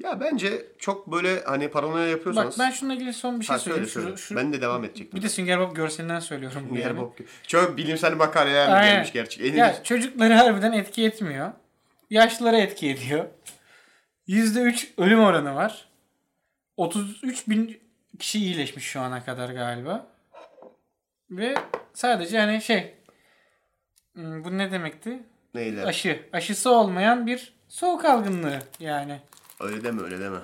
Ya bence çok böyle hani paranoya Bak yapıyorsanız. ben şununla ilgili son bir şey Ha, söyle, söyleyeyim. Şu- söyle. şu- Ben de devam edecektim. bir de Sünger Bob görselinden söylüyorum. bunu Yer yani. bok. Çok bilimsel makaleler mi Aynen. gelmiş gerçek? En Ya çocukları harbiden etki etmiyor. Yaşlılara etki ediyor. %3 ölüm oranı var. 33 bin kişi iyileşmiş şu ana kadar galiba. Ve sadece hani şey hmm, bu ne demekti? Neyler? Aşı. Aşısı olmayan bir soğuk algınlığı yani. Öyle deme öyle deme.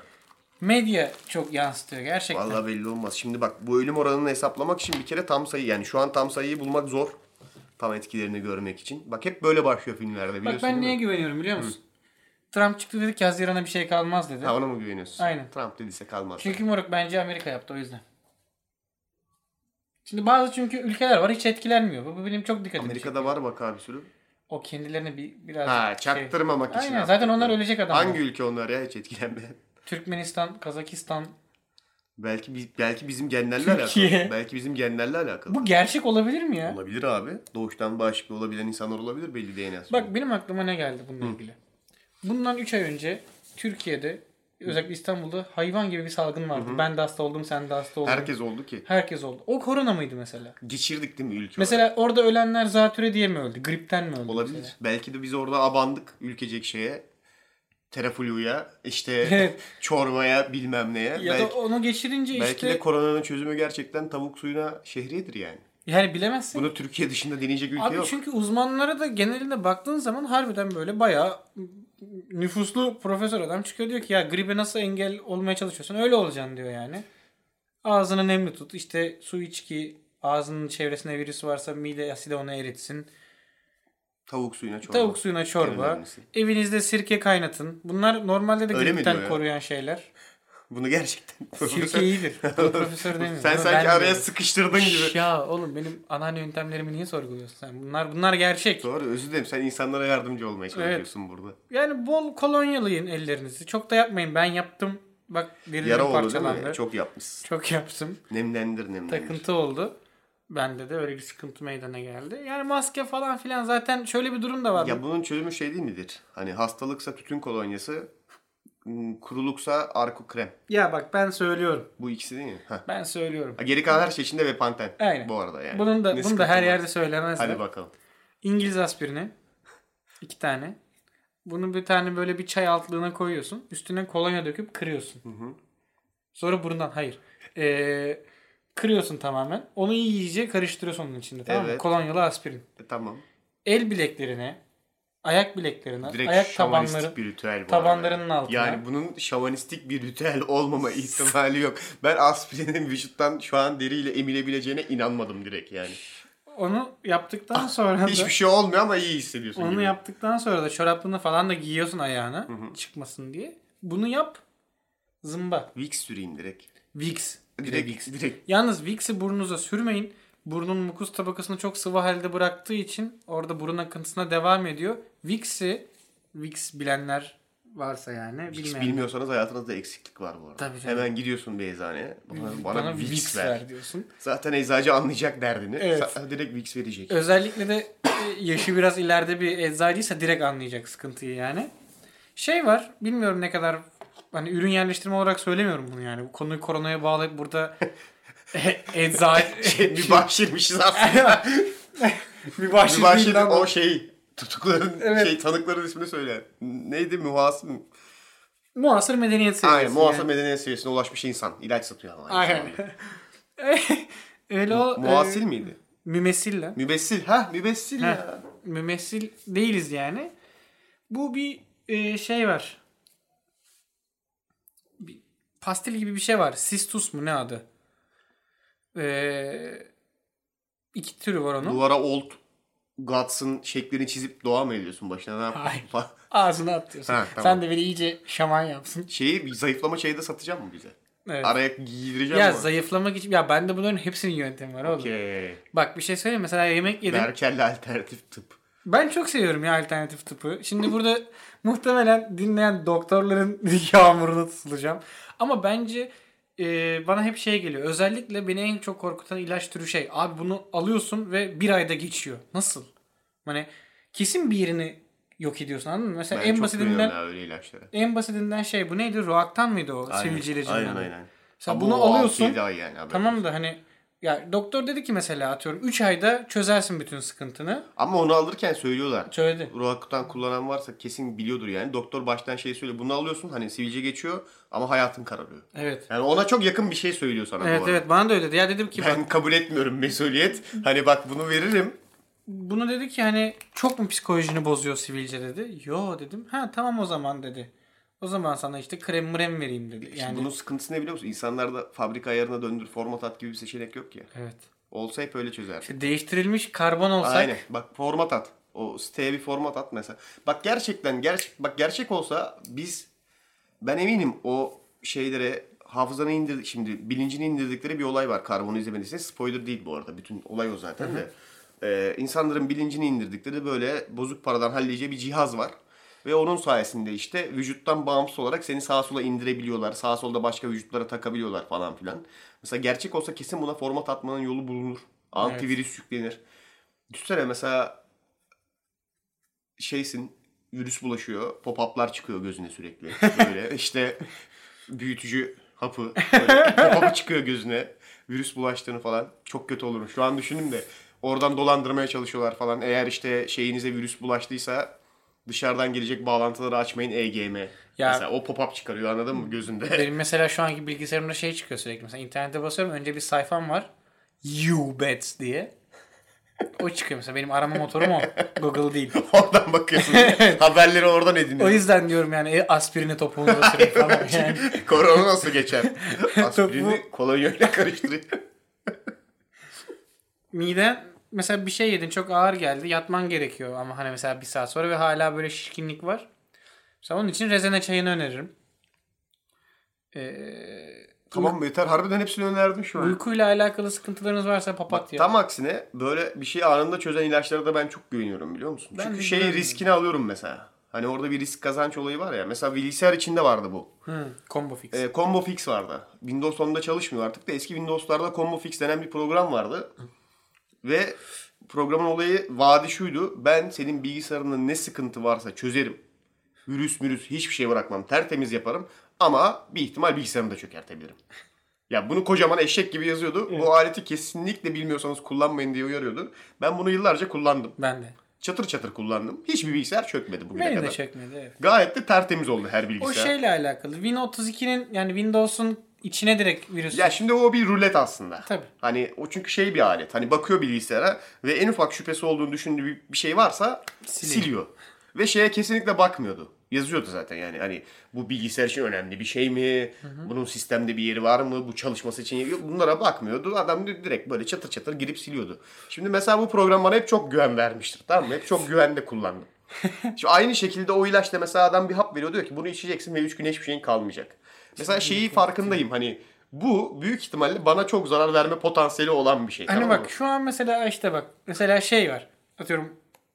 Medya çok yansıtıyor gerçekten. Vallahi belli olmaz. Şimdi bak bu ölüm oranını hesaplamak için bir kere tam sayı yani şu an tam sayıyı bulmak zor. Tam etkilerini görmek için. Bak hep böyle başlıyor filmlerde biliyorsun Bak ben değil niye mi? güveniyorum biliyor musun? Trump çıktı dedi ki Haziran'a bir şey kalmaz dedi. Ha ona mı güveniyorsun? Aynen. Trump dediyse kalmaz. Çünkü moruk bence Amerika yaptı o yüzden. Şimdi bazı çünkü ülkeler var hiç etkilenmiyor. Bu bu benim çok dikkat Amerika'da... Amerika'da var bak abi sürü. O kendilerini bir, biraz Ha çaktırmamak için. Şey- Aynen abi. zaten onlar ölecek adamlar. Hangi ülke onlar ya hiç etkilenmeyen? Türkmenistan, Kazakistan. Belki bi- belki bizim genlerle Türkiye. alakalı. Belki bizim genlerle alakalı. Bu gerçek olabilir mi ya? Olabilir abi. Doğuştan bağışıklı olabilen insanlar olabilir belli DNA'sı. Bak benim aklıma ne geldi bununla ilgili. Bundan 3 ay önce Türkiye'de özellikle İstanbul'da hayvan gibi bir salgın vardı. Ben de hasta oldum, sen de hasta oldun. herkes oldu ki. Herkes oldu. O korona mıydı mesela? Geçirdik değil mi ülke olarak? Mesela orada ölenler zatüre diye mi öldü? Gripten mi öldü? Olabilir. mesela? Belki de biz orada abandık ülkecek şeye. Terafuluya, işte Evet. çormaya, bilmem neye. Ya belki, da onu geçirince belki işte de koronanın çözümü gerçekten tavuk suyuna şehriyedir yani. Yani bilemezsin. Bunu Türkiye dışında deneyecek ülke Abi yok. çünkü uzmanlara da genelinde baktığın zaman harbiden böyle bayağı nüfuslu profesör adam çıkıyor diyor ki ya gribe nasıl engel olmaya çalışıyorsun öyle olacaksın diyor yani. Ağzını nemli tut işte su iç ki ağzının çevresinde virüs varsa mide asidi onu eritsin. Tavuk suyuna çorba. Tavuk suyuna En çorba. önemlisi. Evinizde sirke kaynatın. Bunlar normalde de Öyle mi diyor gripten ya? koruyan şeyler. Bunu gerçekten. Sirke iyidir. Bunu profesör demiyor. Sen Bunu sanki ben Şey- araya diyorum. sıkıştırdın gibi. Ya oğlum benim anneanne yöntemlerimi niye sorguluyorsun sen? Bunlar bunlar gerçek. Doğru özür dilerim. Sen insanlara yardımcı olmaya çalışıyorsun burada. Yani bol kolonyalayın ellerinizi. Çok da yapmayın. Ben yaptım. Bak derilerim Yara oldu değil parçalandı. mi? Çok... Çok yapmışsın. yaptım. Nemlendir nemlendir. Takıntı oldu. Bende de öyle bir sıkıntı meydana geldi. Yani maske falan filan zaten şöyle bir durum da var. Ya bunun çözümü şey değil midir? Hani hastalıksa tütün kolonyası, m, kuruluksa arko krem. Ya bak ben söylüyorum. Bu ikisi değil mi? Heh. Ben söylüyorum. Ha, Geri kalan her şey içinde ve panten. Aynen. Bu arada yani. Bunun da Ne bunu sıkıntı da her var? yerde söylemezler. Hadi bakalım. İngiliz aspirini. iki tane. Bunu bir tane böyle bir çay altlığına koyuyorsun. Üstüne kolonya döküp kırıyorsun. Sonra burundan hayır. Ee, kırıyorsun tamamen. Onu iyice karıştırıyorsun onun içinde. Tamam mı? Evet. Kolonyalı aspirin. E, tamam. El bileklerine, ayak bileklerine, Direkt ayak şamanistik tabanları. bir ritüel bu tabanlarının arada. altına. Yani bunun şamanistik bir ritüel olmama ihtimali yok. Ben aspirinin vücuttan şu an deriyle emilebileceğine inanmadım direkt yani. Onu yaptıktan sonra da Hiçbir şey olmuyor ama iyi hissediyorsun. onu gibi. yaptıktan sonra da çorapını falan da giyiyorsun ayağına çıkmasın diye. Bunu yap. Zımba. Vicks süreyim direkt. Vicks. Direkt, direkt, Yalnız Vicks'i burnunuza sürmeyin. Burnun mukus tabakasını çok sıvı halde bıraktığı için orada burun akıntısına devam ediyor. Vicks'i Vicks bilenler varsa yani Vicks bilmeyen. bilmiyorsanız hayatınızda eksiklik var bu arada. Tabii canım. Hemen gidiyorsun bir eczaneye. Bana, bana, Vicks, ver. diyorsun. Zaten eczacı anlayacak derdini. Evet. Sa- direkt Vicks verecek. Özellikle de e, yaşı biraz ileride bir eczacıysa direkt anlayacak sıkıntıyı yani. Şey var bilmiyorum ne kadar hani ürün yerleştirme olarak söylemiyorum bunu yani. Bu konuyu koronaya e, bağlayıp burada eczacı Şey, mübaşirmişiz aslında. Mübaşir, Mübaşir değil lan o o. şey tutukların Evet. şey tanıkların ismini söyle. Neydi muhasır mı? Muhasır medeniyet seviyesi. Aynen muhasır yani. medeniyet seviyesine ulaşmış insan. İlaç satıyor ama. aynı Aynen. zamanda. Öyle o. Muhasil e, miydi? Mümessil lan. Mübessil. Ha mübessil Heh. ya. Mümessil değiliz yani. Bu bir e, şey var. Bir pastil gibi bir şey var. Sistus mu ne adı? E, iki türü var onun. Duvara old Gods'ın şeklini çizip dua mı ediyorsun başına? Ne yapıyorsun? falan? Ağzına atıyorsun. Ha, tamam. Sen de beni iyice şaman yapsın. Şeyi bir zayıflama şeyi de satacağım mı bize? Evet. Araya giydireceğim ya mi? zayıflamak için ya bende bunların hepsinin yöntemi var oğlum. Okey. Bak bir şey söyleyeyim mesela yemek yedim. Merkel'le alternatif tıp. Ben çok seviyorum ya alternatif tıpı. Şimdi burada muhtemelen dinleyen doktorların yağmuruna tutulacağım. Ama bence e, bana hep şey geliyor. Özellikle beni en çok korkutan ilaç türü şey. Abi bunu alıyorsun ve bir ayda geçiyor. Nasıl? Hani kesin bir yerini yok ediyorsun anladın mı? Ben Mesela en çok basitinden güveniyorum ya öyle ilaçlara. en basitinden şey bu neydi? Roaktan mıydı o? Aynen, Sivilce ilacından. Aynen aynen. Mesela Ama bunu o altı, alıyorsun. yedi ay yani haberin olsun. Tamam da hani ya doktor dedi ki mesela atıyorum 3 ayda çözersin bütün sıkıntını. Ama onu alırken söylüyorlar. Söyledi. Roakutan kullanan varsa kesin biliyordur yani. Doktor baştan şey söylüyor. Bunu alıyorsun hani sivilce geçiyor ama hayatın kararıyor. Evet. Yani ona çok yakın bir şey söylüyor sana Evet bu arada. evet bana da öyle dedi. Ya dedim ki bak, Ben kabul etmiyorum mesuliyet. Hani bak bunu veririm. bunu dedi ki hani çok mu psikolojini bozuyor sivilce dedi. Yo dedim. Ha tamam o zaman dedi. O zaman sana işte krem mrem vereyim dedi. Şimdi Yani bunun sıkıntısı ne biliyor musun? İnsanlarda fabrika ayarına döndür format at gibi bir seçenek yok ya. evet. Olsa hep öyle çözer. İşte değiştirilmiş karbon olsak Aynen. Bak format at. O siteye bir format at mesela. Bak gerçekten gerçek bak gerçek olsa biz ben eminim o şeylere hafızanı indir şimdi bilincini indirdikleri bir olay var karbonu izlemediyseniz spoiler değil bu arada bütün olay o zaten de Ee, insanların bilincini indirdikleri böyle bozuk paradan halleyeceği bir cihaz var ve onun sayesinde işte vücuttan bağımsız olarak seni sağa sola indirebiliyorlar sağa solda başka vücutlara takabiliyorlar falan filan mesela gerçek olsa kesin buna format atmanın yolu bulunur antivirüs yüklenir Düşünsene mesela şeysin virüs bulaşıyor. Pop-up'lar çıkıyor gözüne sürekli. Böyle işte büyütücü hapı. böyle Pop-up çıkıyor gözüne. Virüs bulaştığını falan. Çok kötü olurum. Şu an düşündüm de oradan dolandırmaya çalışıyorlar falan. Eğer işte şeyinize virüs bulaştıysa dışarıdan gelecek bağlantıları açmayın EGM. Ya- Mesela o pop-up çıkarıyor anladın mı gözünde. benim mesela şu anki bilgisayarımda şey çıkıyor sürekli. Mesela internete basıyorum önce bir sayfam var. You bets diye. O çıkıyor mesela benim arama motorum o. Google değil. oradan bakıyorsun. Haberleri oradan O ediniyorsun. yüzden diyorum yani e, aspirini topuğunuza sürün falan yani. Korona nasıl geçer? Aspirini Topu- kolonyayla karıştırıyor. Miden mesela bir şey yedin çok ağır geldi yatman gerekiyor ama hani mesela bir saat sonra ve hala böyle şişkinlik var. Mesela onun için rezene çayını öneririm. Ee, Tamam mı yeter? Harbiden hepsini önerdim şu an. uykuyla alakalı sıkıntılarınız varsa papatya. Tam aksine böyle bir şeyi anında çözen ilaçlara da ben çok güveniyorum biliyor musun? Ben Çünkü de şey güvenmiyorum. riskini alıyorum mesela. Hani orada bir risk kazanç olayı var ya. Mesela bilgisayar içinde vardı bu. Hı, Hmm, combo fix. Ee, combo fix vardı. Windows 10'da çalışmıyor artık da eski Windows'larda combo fix denen bir program vardı. Ve programın olayı vaadi şuydu. Ben senin bilgisayarında ne sıkıntı varsa çözerim. Virüs mürüs hiçbir şey bırakmam. Tertemiz yaparım. Ama bir ihtimal bilgisayarımı da çökertebilirim. Ya bunu kocaman eşek gibi yazıyordu. Bu aleti kesinlikle bilmiyorsanız kullanmayın diye uyarıyordu. Ben bunu yıllarca kullandım. Ben de. Çatır çatır kullandım. Hiçbir bilgisayar çökmedi bugüne Beni de kadar. çekmedi evet. Gayet de tertemiz oldu her O şey bilgisayar. şeyle alakalı. Win32'nin yani Windows'un içine direkt virüs. Ya şimdi o bir rulet aslında. Tabii. Hani o çünkü şey bir alet. Hani bakıyor bilgisayara ve en ufak şüphesi olduğunu düşündüğü bir- bir şey varsa Siliyor. siliyor. Ve şeye kesinlikle bakmıyordu. Yazıyordu zaten yani hani bu bilgisayar için önemli bir şey mi? Bunun sistemde bir yeri var mı? Bu çalışması için yok. Bunlara bakmıyordu. Adam di- direkt böyle çatır çatır girip siliyordu. Şimdi mesela bu program bana hep çok güven vermiştir. Tamam mı? Hep çok güvende kullandım. Şimdi aynı şekilde o ilaçla mesela adam bir hap veriyor diyor ki bunu içeceksin ve 3 gün hiçbir şeyin kalmayacak. Mesela şeyi farkındayım hani bu büyük ihtimalle bana çok zarar verme potansiyeli olan bir şey. Hani tamam bak mı? şu an mesela işte bak mesela şey var. Atıyorum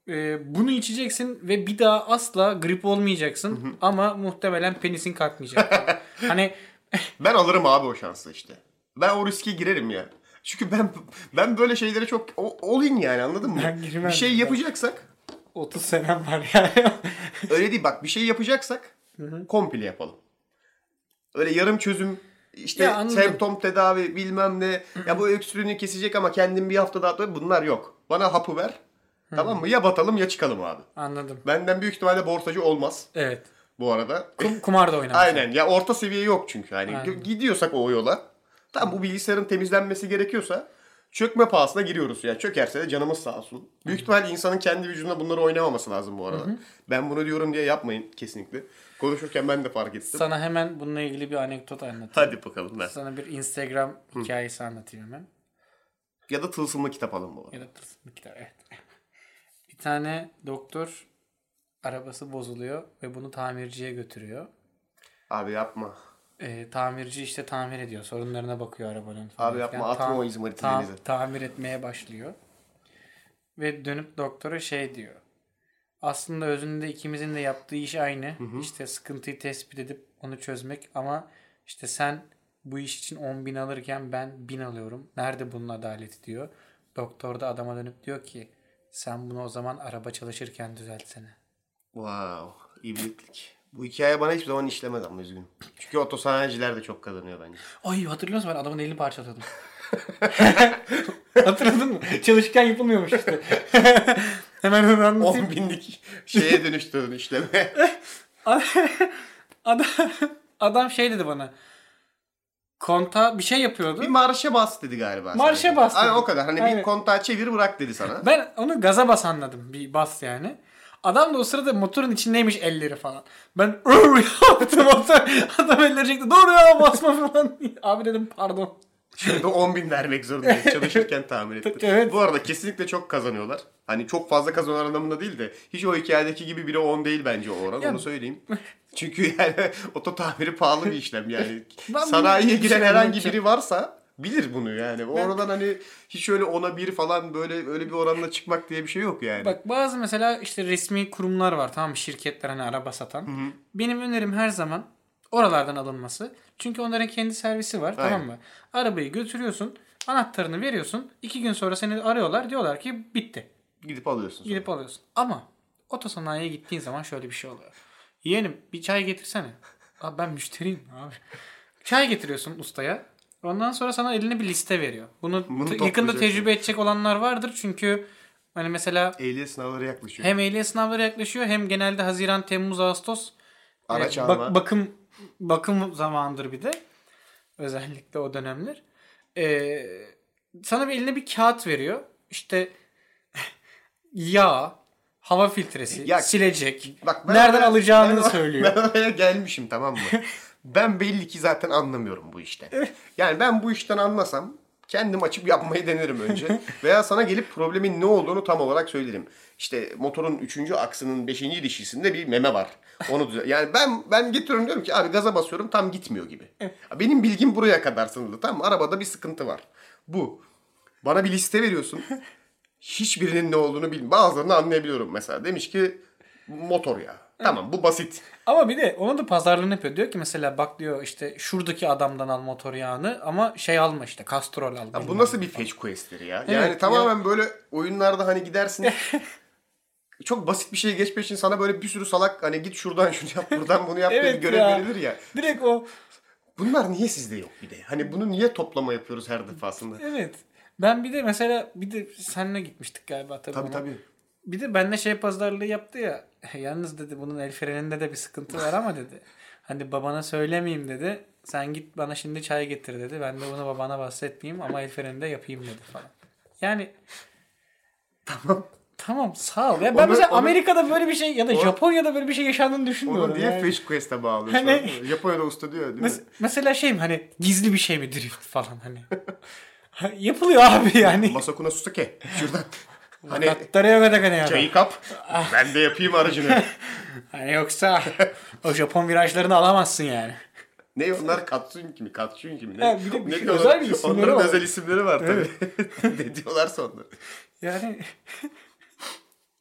e, bunu içeceksin ve bir daha asla grip olmayacaksın ama muhtemelen penisin kalkmayacak. hani Ben alırım abi o şansı işte. Ben o riske girerim ya. Çünkü ben ben böyle şeylere çok o- olayım yani anladın mı? Ben girmem. bir şey yapacaksak 30 senem var yani. öyle değil bak bir şey yapacaksak komple yapalım. Öyle yarım çözüm işte Ya anladım. semptom tedavi bilmem ne. ya bu öksürüğünü kesecek ama kendim bir hafta daha bunlar yok. Bana hapı ver. Tamam mı? Ya batalım ya çıkalım abi. Anladım. Benden büyük ihtimalle borsacı olmaz Evet. bu arada. Kum, kumar da oynamış. Aynen ya orta seviye yok çünkü. Hani Aynen. gidiyorsak o yola. Tam bu bilgisayarın temizlenmesi gerekiyorsa çökme pahasına giriyoruz. Ya çökerse de canımız sağ olsun. Büyük ihtimal insanın kendi vücudunda bunları oynamaması lazım bu arada. Ben bunu diyorum diye yapmayın kesinlikle. Konuşurken ben de fark ettim. Sana hemen bununla ilgili bir anekdot anlatayım. Hadi bakalım ben. Sana bir Instagram hikayesi anlatayım hemen. Ya da tılsımlı kitap alın bu arada. Ya da tılsımlı kitap evet. Bir tane doktor arabası bozuluyor ve bunu tamirciye götürüyor. Abi yapma. Ee, tamirci işte tamir ediyor. Sorunlarına bakıyor arabanın. Abi yapma, filan. atma o İzmir'i denize. Tamir etmeye başlıyor. Ve dönüp doktora şey diyor. Aslında özünde ikimizin de yaptığı iş aynı. İşte sıkıntıyı tespit edip onu çözmek ama işte sen bu iş için 10 bin alırken ben bin alıyorum. Nerede bunun adaleti diyor. Doktor da adama dönüp diyor ki sen bunu o zaman araba çalışırken düzeltsene. Wow. ibretlik. Bu hikaye bana hiçbir zaman işlemez ama üzgünüm. Çünkü otosanayiciler de çok kazanıyor bence. Ay hatırlıyor musun ben adamın elini parçaladım. Hatırladın mı? Çalışırken yapılmıyormuş işte. Hemen onu 10 anlatayım. binlik şeye dönüştürdün işleme. Adam, adam şey dedi bana. Konta bir şey bir yapıyordu. marşa bas dedi galiba. Marşa sadece. bas Aynen dedi. o kadar. Hani Aynen. bir kontağı çevir bırak dedi sana. Ben onu gaza bas anladım. Bir bas yani. Adam da o sırada motorun içindeymiş elleri falan. Ben "Ur!" yaptım adam, adam elleri çekti. Doğru ya basma falan. Abi dedim pardon. Şimdi 10 bin vermek zorundayız çalışırken tahmin etti. Evet. Bu arada kesinlikle çok kazanıyorlar. Hani çok fazla kazanan anlamında değil de hiç o hikayedeki gibi biri 10 değil bence o oran Ya- onu söyleyeyim. Çünkü yani oto tamiri pahalı bir işlem yani. Ben Sanayiye bilmiyorum. giren Hiç herhangi bilmiyorum. biri varsa bilir bunu yani. Oradan hani hiç öyle ona bir falan böyle öyle bir oranla çıkmak diye bir şey yok yani. Bak bazı mesela işte resmi kurumlar var tamam mı? Şirketler hani araba satan. Benim önerim her zaman oralardan alınması. Çünkü onların kendi servisi var tamam Aynen. mı? Arabayı götürüyorsun, anahtarını veriyorsun. iki gün sonra seni arıyorlar diyorlar ki bitti. Gidip alıyorsun. sonra. Gidip alıyorsun. Ama otosanayiye gittiğin zaman şöyle bir şey oluyor. Yeğenim bir çay getirsene. Abi ben müşteriyim abi. Çay getiriyorsun ustaya. Ondan sonra sana eline bir liste veriyor. Bunu, Bunu t- yakında toplayacaksın. tecrübe edecek olanlar vardır çünkü hani mesela Ehliyet sınavları yaklaşıyor. hem ehliyet sınavları yaklaşıyor hem genelde Haziran, Temmuz, Ağustos Araç e, alma. bak- bakım bakım zamanıdır bir de. Özellikle o dönemler. E, sana bir eline bir kağıt veriyor. İşte yağ, hava filtresi, Ya- silecek. Bak ben nereden oraya- alacağını ben or- söylüyor. Ben oraya gelmişim tamam mı? ben belli ki zaten anlamıyorum bu işten. Yani ben bu işten anlasam kendim açıp yapmayı denerim önce. Veya sana gelip problemin ne olduğunu tam olarak söylerim. İşte motorun 3. aksının 5. dişisinde bir meme var. Onu düzel- Yani ben ben getiriyorum diyorum ki abi gaza basıyorum tam gitmiyor gibi. Benim bilgim buraya kadar sınırlı tamam mı? Arabada bir sıkıntı var. Bu. Bana bir liste veriyorsun. Hiçbirinin ne olduğunu bilmiyorum. Bazılarını anlayabiliyorum mesela. Demiş ki motor ya. Tamam bu basit. Ama bir de onun da pazarlığını yapıyor. Diyor ki mesela bak diyor işte şuradaki adamdan al motor yağını ama şey alma işte kastrol al. Ya bilmem bu nasıl bir fetch quest'leri ya? Evet, yani ya. tamamen böyle oyunlarda hani gidersin. çok basit bir şey geçmek için sana böyle bir sürü salak hani git şuradan şunu yap buradan bunu yap diye Evet bir ya. görev verilir ya. ne. Direkt o Bunlar niye sizde yok bir de? Hani bunu niye toplama yapıyoruz her defasında? Evet. Ben bir de mesela bir de senle gitmiştik galiba tabii. tabii ama. tabii. Bir de benle şey pazarlığı yaptı ya. Yalnız dedi bunun el freninde de bir sıkıntı var ama dedi. Hani babana söylemeyeyim dedi. Sen git bana şimdi çay getir dedi. Ben de bunu babana bahsetmeyeyim ama el freninde yapayım dedi falan. Yani Tamam. tamam sağ ol. Ya ben Onu- mesela onu- Amerika'da böyle bir şey ya da Onu- Japonya'da böyle bir şey yaşandığını düşünmüyorum. Onu niye yani. fetch quest'e bağlıyorsun? Hani- Japonya'da usta diyor değil mi? Mes- mesela şey mi hani gizli bir şey mi drift falan hani. Yapılıyor abi yani. Masakuna Susuke. Şuradan. Hani şey- Hani çayı kap. Ben de yapayım aracını. Hani yoksa o Japon virajlarını alamazsın yani. Ne onlar Katsun kimi, Katsun kimi. Ne, Ha, bir de bir ne şey, diyorlar? özel bir isimleri Onların var. özel isimleri var tabii. ne diyorlarsa onlar. Yani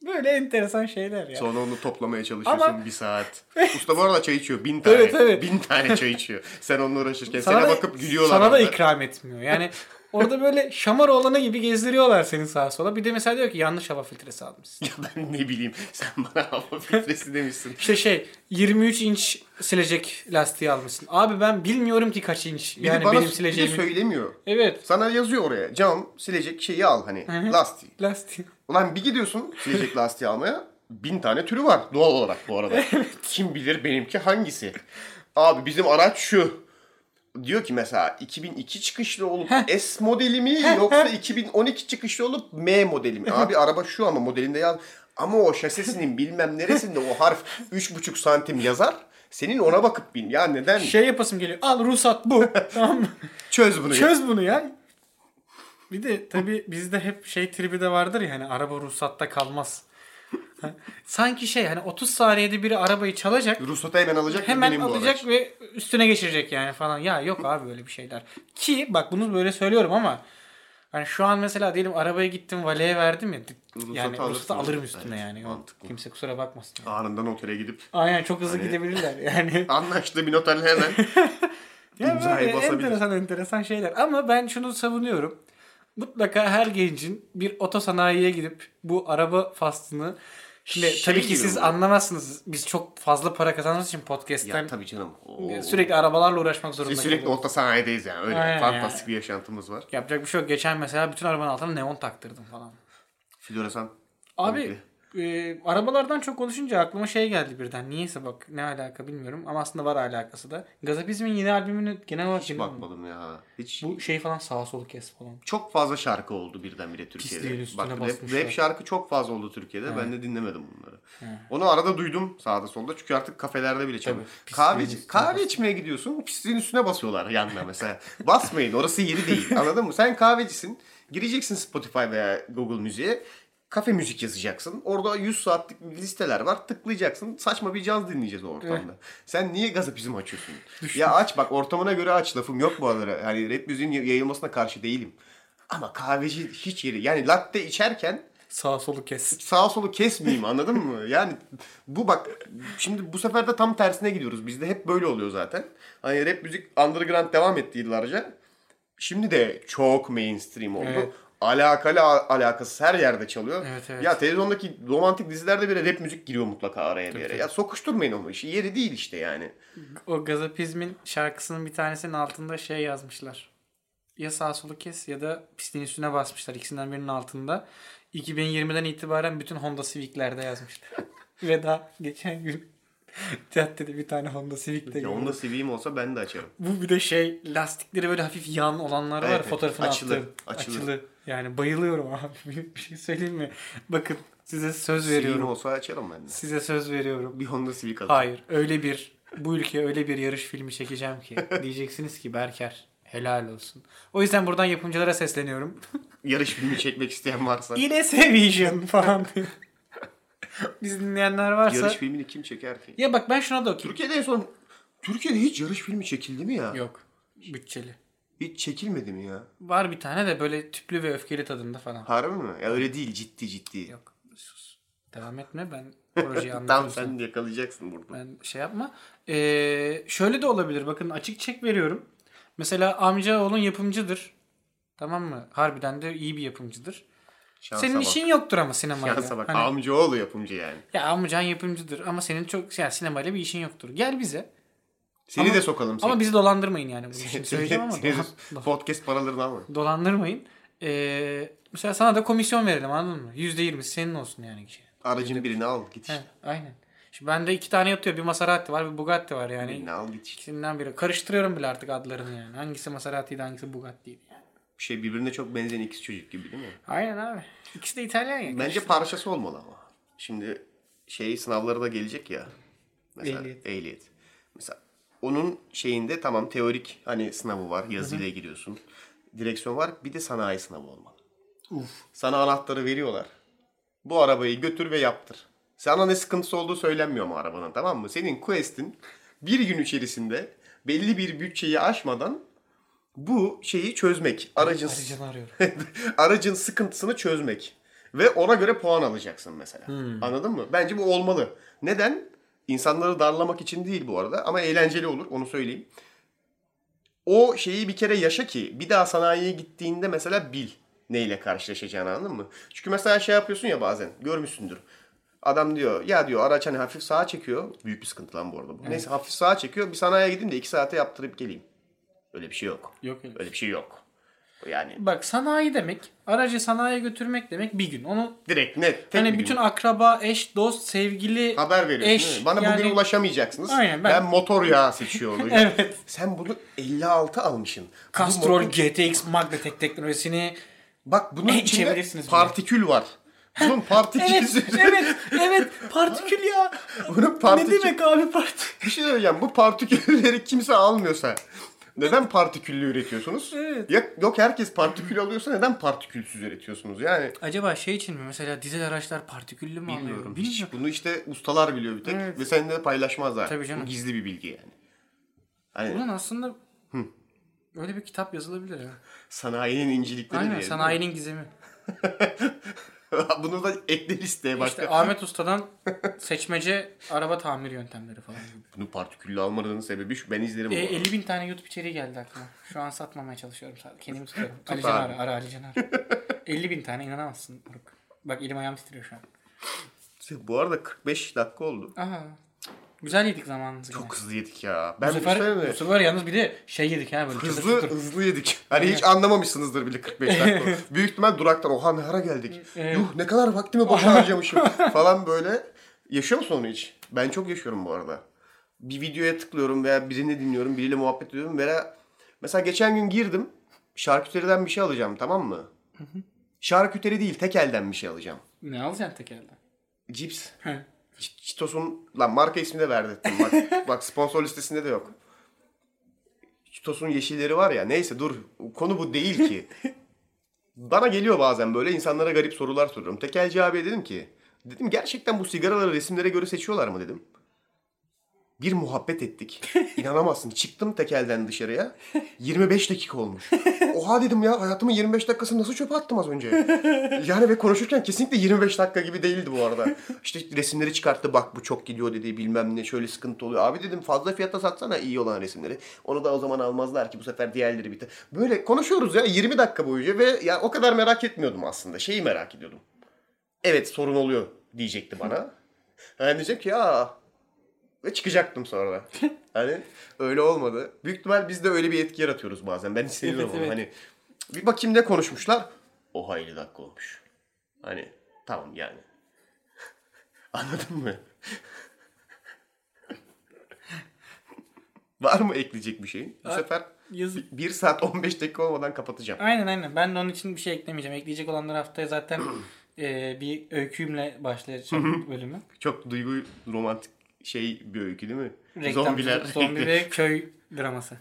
böyle enteresan şeyler ya. Sonra onu toplamaya çalışıyorsun Ama- bir saat. Usta bu arada çay içiyor. Bin tane. Evet, evet. Bin tane çay içiyor. Sen onunla uğraşırken sana, da- bakıp gülüyorlar. Sana da onlar. ikram etmiyor. Yani Orada böyle şamar oğlanı gibi gezdiriyorlar seni sağa sola. Bir de mesela diyor ki yanlış hava filtresi almışsın. Ya ben ne bileyim sen bana hava filtresi demişsin. İşte şey 23 inç silecek lastiği almışsın. Abi ben bilmiyorum ki kaç inç. Bir de Yani bana benim bir de sileceğim. söylemiyor. Evet. Sana yazıyor oraya cam silecek şeyi al hani lastiği. Lastiği. Ulan bir gidiyorsun silecek lastiği almaya bin tane türü var doğal olarak bu arada. Kim bilir benimki hangisi. Abi bizim araç şu. Diyor ki mesela 2002 çıkışlı olup S modeli mi yoksa 2012 çıkışlı olup M modeli mi? Abi araba şu ama modelinde yaz. Ama o şasisinin bilmem neresinde o harf 3,5 santim yazar. Senin ona bakıp bin. Ya neden? Şey yapasım geliyor. Al ruhsat bu. tamam mı? Çöz bunu. ya. Çöz bunu ya. Bir de tabii bizde hep şey tribi de vardır ya hani araba ruhsatta kalmaz. Sanki şey hani 30 saniyede biri arabayı çalacak. Ruhsatı hemen alacak. Hemen benim bu araç. alacak ve üstüne geçirecek yani falan. Ya yok abi böyle bir şeyler. Ki bak bunu böyle söylüyorum ama hani şu an mesela diyelim arabaya gittim valeye verdim ya. yani alırsın. ruhsatı alırım üstüne Evet, yani. mantıklı. Hani Kimse kusura bakmasın. Anında notere gidip Aynen çok hızlı gidebilirler yani. anlaştığı bir noterle hemen Ya İmzayı böyle basabilir. enteresan enteresan şeyler. Ama ben şunu savunuyorum. Mutlaka her gencin bir otosanayiye gidip bu araba faslını Şimdi Şey tabii ki gibi siz bu. anlamazsınız. Biz çok fazla para kazandığımız için Ya podcast'ten e, tabii canım. sürekli arabalarla uğraşmak zorunda Biz sürekli kalıyoruz. orta sanayideyiz yani. Öyle Aynen fantastik bir yaşantımız var. Yapacak bir şey yok. Geçen mesela bütün arabanın altına neon taktırdım falan. Floresan. Abi e, arabalardan çok konuşunca aklıma şey geldi birden. Niyeyse bak ne alaka bilmiyorum ama aslında var alakası da. Gazapizm'in yeni albümünü genel olarak Hiç dinledin mi? bakmadım ya. Hiç Bu şey falan sağa solu kes falan. çok fazla şarkı oldu birdenbire Pisliğin Türkiye'de. üstüne Bak rap, basmışlar. rap şarkı çok fazla oldu Türkiye'de. Ben de dinlemedim bunları. Onu arada duydum sağda solda. Çünkü artık kafelerde bile çalıyor. pisliğin Kahve, üstüne kahve içmeye gidiyorsun. Pisliğin üstüne basıyorlar yanına mesela. Basmayın orası yeri değil. Anladın mı? Sen kahvecisin. Gireceksin Spotify veya Google Müziğe. Kafe müzik yazacaksın. Orada 100 saatlik listeler var. Tıklayacaksın. Saçma bir caz dinleyeceğiz o ortamda. Sen niye gazapizm açıyorsun? ya aç bak ortamına göre aç. Lafım yok bu arada. Hani rap müziğin yayılmasına karşı değilim. Ama kahveci hiç yeri. Yani latte içerken Sağa solu kes. sağa solu kesmeyeyim anladın mı? Yani bu bak şimdi bu sefer de tam tersine gidiyoruz. Bizde hep böyle oluyor zaten. Hani rap müzik underground devam etti yıllarca. Şimdi de çok mainstream oldu. Evet. Alakalı al- alakasız her yerde çalıyor. Evet, evet. Ya televizyondaki romantik dizilerde bile rap müzik giriyor mutlaka araya bir yere. tabii. Ya sokuşturmayın onu. İşi yeri değil işte yani. O Gazapizm'in şarkısının bir tanesinin altında şey yazmışlar. Ya sağ solu kes ya da pisliğin üstüne basmışlar. İkisinden birinin altında. 2020'den itibaren bütün Honda Civic'lerde yazmışlar. Ve daha geçen gün caddede bir tane Honda Civic'te Ya gördüm. onda seveyim olsa ben de açarım. Bu bir de şey lastikleri böyle hafif yan olanlar var. Evet, evet. Fotoğrafını Açılı, attım. açılı. Yani bayılıyorum abi. Bir- Bir şey söyleyeyim mi? Bakın size söz Seveyim veriyorum. olsa açarım ben de. Size söz veriyorum. Bir Honda Civic alırım. Hayır öyle bir bu ülkeye öyle bir yarış filmi çekeceğim ki diyeceksiniz ki Berker helal olsun. O yüzden buradan yapımcılara sesleniyorum. Yarış filmi çekmek isteyen varsa. Yine Sevision falan diyor. Biz dinleyenler varsa. Yarış filmini kim çeker ki? Ya bak ben şuna da okuyayım. Türkiye'de en son Türkiye'de hiç yarış filmi çekildi mi ya? Yok bütçeli. Hiç çekilmedi mi ya? Var bir tane de böyle tüplü ve öfkeli tadında falan. Harbi mi? Ya öyle değil ciddi ciddi. Yok sus. Devam etme ben projeyi Tam anlatıyorum. sana. sen yakalayacaksın burada. Ben şey yapma. Ee, şöyle de olabilir. Bakın açık çek veriyorum. Mesela amca oğlun yapımcıdır. Tamam mı? Harbiden de iyi bir yapımcıdır. Şansa senin bak. işin yoktur ama sinemayla. Şansa bak. Hani, Amcaoğlu yapımcı yani. ya amcan yapımcıdır ama senin çok yani sinemayla bir işin yoktur. Gel bize. Seni Ama- de sokalım. Ama seni. bizi dolandırmayın yani. Bunu Seni- şimdi söyleyeceğim ama seni- dolan- podcast paralarını alma. dolandırmayın. Ee, mesela sana da komisyon verelim anladın mı? %20 senin olsun yani kişi. Aracın birini al git He, işte. aynen. Şimdi bende iki tane yatıyor. Bir Maserati var bir Bugatti var yani. Birini al git işte. İkisinden biri. Karıştırıyorum bile artık adlarını yani. Hangisi Maserati'ydi hangisi Bugatti'ydi yani. Bir şey birbirine çok benzeyen ikiz çocuk gibi değil mi? Aynen abi. İkisi de İtalyan ya. Bence parçası olmalı ama. Şimdi şey sınavları da gelecek ya. Mesela Ehliyet. ehliyet. Mesela onun şeyinde tamam teorik hani sınavı var. Yazıyla giriyorsun. Direksiyon var. Bir de sanayi sınavı olmalı. Uf. Sana anahtarı veriyorlar. Bu arabayı götür ve yaptır. Sana ne sıkıntısı olduğu söylenmiyor mu arabanın tamam mı? Senin Quest'in bir gün içerisinde belli bir bütçeyi aşmadan bu şeyi çözmek. Aracın, Arıcını arıyorum. aracın sıkıntısını çözmek. Ve ona göre puan alacaksın mesela. Anladın mı? Bence bu olmalı. Neden? İnsanları darlamak için değil bu arada ama eğlenceli olur onu söyleyeyim. o şeyi bir kere yaşa ki bir daha sanayiye gittiğinde mesela bil neyle karşılaşacağını anladın mı? Çünkü mesela şey yapıyorsun ya bazen görmüşsündür. Adam diyor ya diyor araç hani hafif sağa çekiyor. Büyük bir sıkıntı lan bu arada. bu. Neyse hafif sağa çekiyor. Bir sanayiye gideyim de iki saate yaptırıp geleyim. Öyle bir şey yok. Yok öyle. Öyle bir şey yok. Yani Bak sanayi demek, aracı sanayiye götürmek demek bir gün. Onu direkt net. tek bir hani gün. bütün akraba, eş, dost, sevgili haber veriyorsun. eş, değil mi? Bana bugün yani- ulaşamayacaksınız. Aynen, ben... ben- motor yağı seçiyor olacağım. Evet. Sen bunu 56 almışsın. Bu Castrol motor- GTX Magnetek teknolojisini Bak bunun Eh, içinde içebilirsiniz bunu. partikül var. Bunun Evet, partikülü. evet, evet. Partikül ya. şey Bunun partikül. Ne demek abi partikül? Bir şey söyleyeceğim. Bu partikülleri kimse almıyorsa neden partiküllü üretiyorsunuz? Evet. Ya, yok herkes partikül alıyorsa neden partikülsüz üretiyorsunuz? Yani Acaba şey için mi mesela dizel araçlar partiküllü mü alıyor? bilmiyorum. Hiç. Bilmiyorum. Bunu işte ustalar biliyor bir tek Evet. ve seninle de paylaşmazlar. Tabii canım. Bu gizli bir bilgi yani. Hani Ulan aslında öyle bir kitap yazılabilir ha. sanayinin incelikleri Aynen diye. sanayinin gizemi. Bunu da ekle listeye başka. İşte Ahmet Usta'dan seçmece araba tamir yöntemleri falan. Bunu partiküllü almadığının sebebi şu. Ben izlerim. E, bu arada. 50 bin tane YouTube içeriği geldi aklıma. Şu an satmamaya çalışıyorum sadece. Kendimi tutuyorum. Ali abi. Can ara, ara Ali Can ara. 50 bin tane inanamazsın Buruk. Bak elim ayağım titriyor şu an. Bu arada 45 dakika oldu. Aha. Güzel yedik zamanımızı. yine. Çok hızlı yedik ya. Bu Ben bir şey sefer, mi? bu sefer yalnız bir de şey yedik ha böyle. Hızlı çıtır çıtır. hızlı yedik. Hani hiç anlamamışsınızdır bile 45 dakika. Büyük ihtimal duraktan oha ne ara geldik. Evet. Yuh ne kadar vaktimi boşa harcamışım falan böyle. Yaşıyor musun onu hiç? Ben çok yaşıyorum bu arada. Bir videoya tıklıyorum veya birini dinliyorum, biriyle muhabbet ediyorum veya mesela geçen gün girdim şarküteriden bir şey alacağım tamam mı? Şarküteri değil tek elden bir şey alacağım. Ne alacaksın tek elden? Cips. He. Ç- Çitos'un lan marka ismi de verdirttim bak. bak sponsor listesinde de yok. Çitos'un yeşilleri var ya neyse dur konu bu değil ki. Bana geliyor bazen böyle insanlara garip sorular soruyorum. Tekelci abiye dedim ki dedim gerçekten bu sigaraları resimlere göre seçiyorlar mı dedim. Bir muhabbet ettik. İnanamazsın. Çıktım tekelden dışarıya. 25 dakika olmuş. Oha dedim ya hayatımın 25 dakikasını nasıl çöpe attım az önce. Yani ve konuşurken kesinlikle 25 dakika gibi değildi bu arada. İşte resimleri çıkarttı bak bu çok gidiyor dedi bilmem ne şöyle sıkıntı oluyor. Abi dedim fazla fiyata satsana iyi olan resimleri. Onu da o zaman almazlar ki bu sefer diğerleri biter. Böyle konuşuyoruz ya 20 dakika boyunca ve ya o kadar merak etmiyordum aslında. Şeyi merak ediyordum. Evet sorun oluyor diyecekti bana. Yani diyecek ki ya ve çıkacaktım sonra da. Hani öyle olmadı. Büyük ihtimal biz de öyle bir etki yaratıyoruz bazen. Ben hissediyorum Evet, onu. evet. Hani bir bakayım ne konuşmuşlar. Oha 50 dakika olmuş. Hani tamam yani. Anladın mı? Var mı ekleyecek bir şeyin? Bu Ay, sefer Yazık. 1 saat 15 dakika olmadan kapatacağım. Aynen aynen. Ben de onun için bir şey eklemeyeceğim. Ekleyecek olanlar haftaya zaten e, bir öykümle başlayacak bölümü. Çok duygu romantik şey bir öykü değil mi? Reklam, Zombiler. Zombi ve köy draması.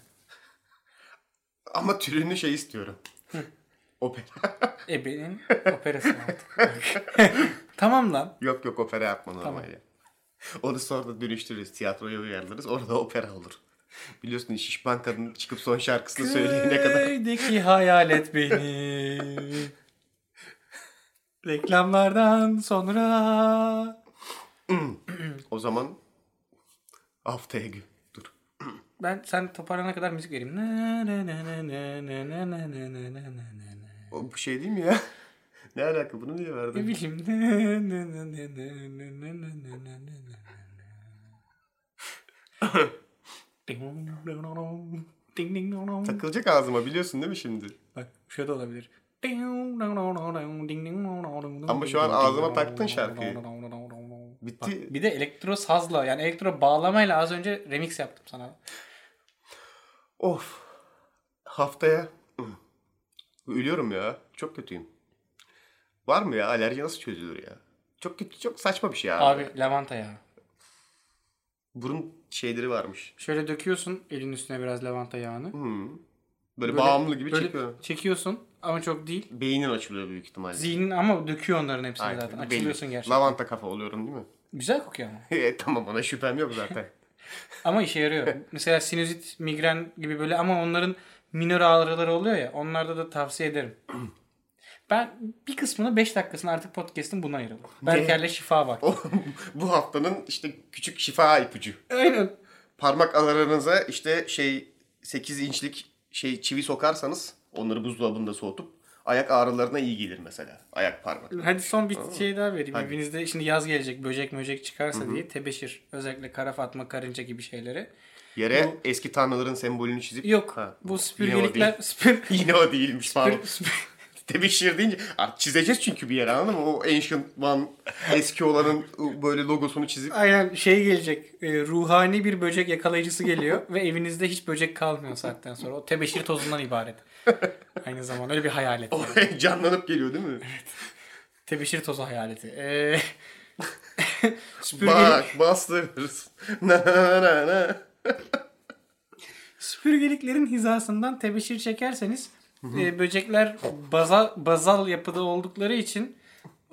Ama türünü şey istiyorum. opera. Ebe'nin operası artık. tamam lan. Yok yok opera yapma normalde. Onu sonra dönüştürürüz. Tiyatroya uyarlarız. Orada opera olur. Biliyorsun şişman kadın çıkıp son şarkısını söyleyene kadar. Köydeki hayalet beni. Reklamlardan sonra. O zaman haftaya gün. Dur. Ben sen toparlana kadar müzik vereyim. Na, na, na, na, na, na, na, na, na, na, na, na, na. O bu şey değil mi ya? Ne alaka bunu niye Ne verdin? bileyim. Ne, ne, ne, ne, ne, ne, ne, ne, ne, ne, ne, ne. Ding dong dong dong dong. Ding ding dong dong. Takılacak ağzıma biliyorsun değil mi şimdi? Bak şöyle de olabilir. Ding dong dong dong dong, ding ding dong dong dong, Ama şu an ding dong ağzıma dong taktın dong şarkıyı. dong dong dong dong dong. Bitti. Bak, bir de elektro sazla yani elektro bağlamayla az önce remix yaptım sana. Of. Haftaya. Ölüyorum ya. Çok kötüyüm. Var mı ya? Alerji nasıl çözülür ya? Çok kötü, çok saçma bir şey abi. Abi lavanta yağı. Burun şeyleri varmış. Şöyle döküyorsun elin üstüne biraz lavanta yağını. Hmm. Böyle, Böyle- bağımlı gibi böyle çekiyor. Çekiyorsun ama çok değil. Beynin açılıyor büyük ihtimalle. Zihnin ama döküyor onların hepsini Aynen, zaten. belli. Açılıyorsun gerçekten. Lavanta kafa oluyorum değil mi? Güzel kokuyor ama. E, tamam ona şüphem yok zaten. Ama işe yarıyor. Mesela sinüzit, migren gibi böyle ama onların minor ağrıları oluyor ya. Onlarda da tavsiye ederim. Ben bir kısmını 5 dakikasını artık podcast'ın buna ayıralım. Berker'le şifa bak. O, bu haftanın işte küçük şifa ipucu. Aynen. Parmak aralarınıza işte şey 8 inçlik şey çivi sokarsanız onları buzdolabında soğutup ayak ağrılarına iyi gelir mesela. Ayak parmak. Hadi son bir şey daha vereyim. Hadi. Evinizde şimdi yaz gelecek böcek möcek çıkarsa diye tebeşir. Özellikle kara fatma karınca gibi şeyleri. Yere eski tanrıların sembolünü çizip Yok Ha, bu Yine o, süpürgelikler süpür, değil. Yine o değilmiş pardon. süpür- süpür- Tebeşir deyince artık çizeceğiz çünkü bir yere anladın mı? O Ancient One eski olanın ıı, böyle logosunu çizip Aynen şey gelecek. e, ruhani bir böcek yakalayıcısı geliyor ve evinizde hiç böcek kalmıyor saatten sonra. O tebeşir tozundan ibaret. Aynı zamanda öyle bir hayalet. oraya canlanıp geliyor değil mi? Tebeşir tozu hayaleti. Ee, süpürgelik, Bak bastırırız. Na na na na. süpürgeliklerin hizasından tebeşir çekerseniz e, böcekler baza, bazal yapıda oldukları için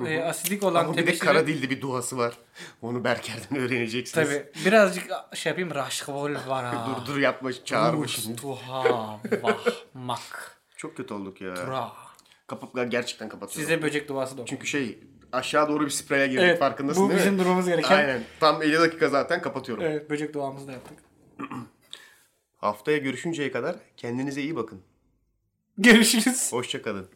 e, asidik olan Ama bir de tebeşiri... kara dilli bir duası var. Onu Berker'den öğreneceksiniz. Tabii. Birazcık şey yapayım. Raşkavol var ha. Dur dur yapma çağırma şimdi. Tuha vah mak. Çok kötü olduk ya. Ra. Kapıp gerçekten kapatıyorum. Size böcek duası da oku. Çünkü şey aşağı doğru bir spreye girdik Evet, farkındasın bu değil bizim mi? durmamız gereken. Aynen. Tam 50 dakika zaten kapatıyorum. Evet böcek duamızı da yaptık. Haftaya görüşünceye kadar kendinize iyi bakın. Görüşürüz. Hoşça kalın.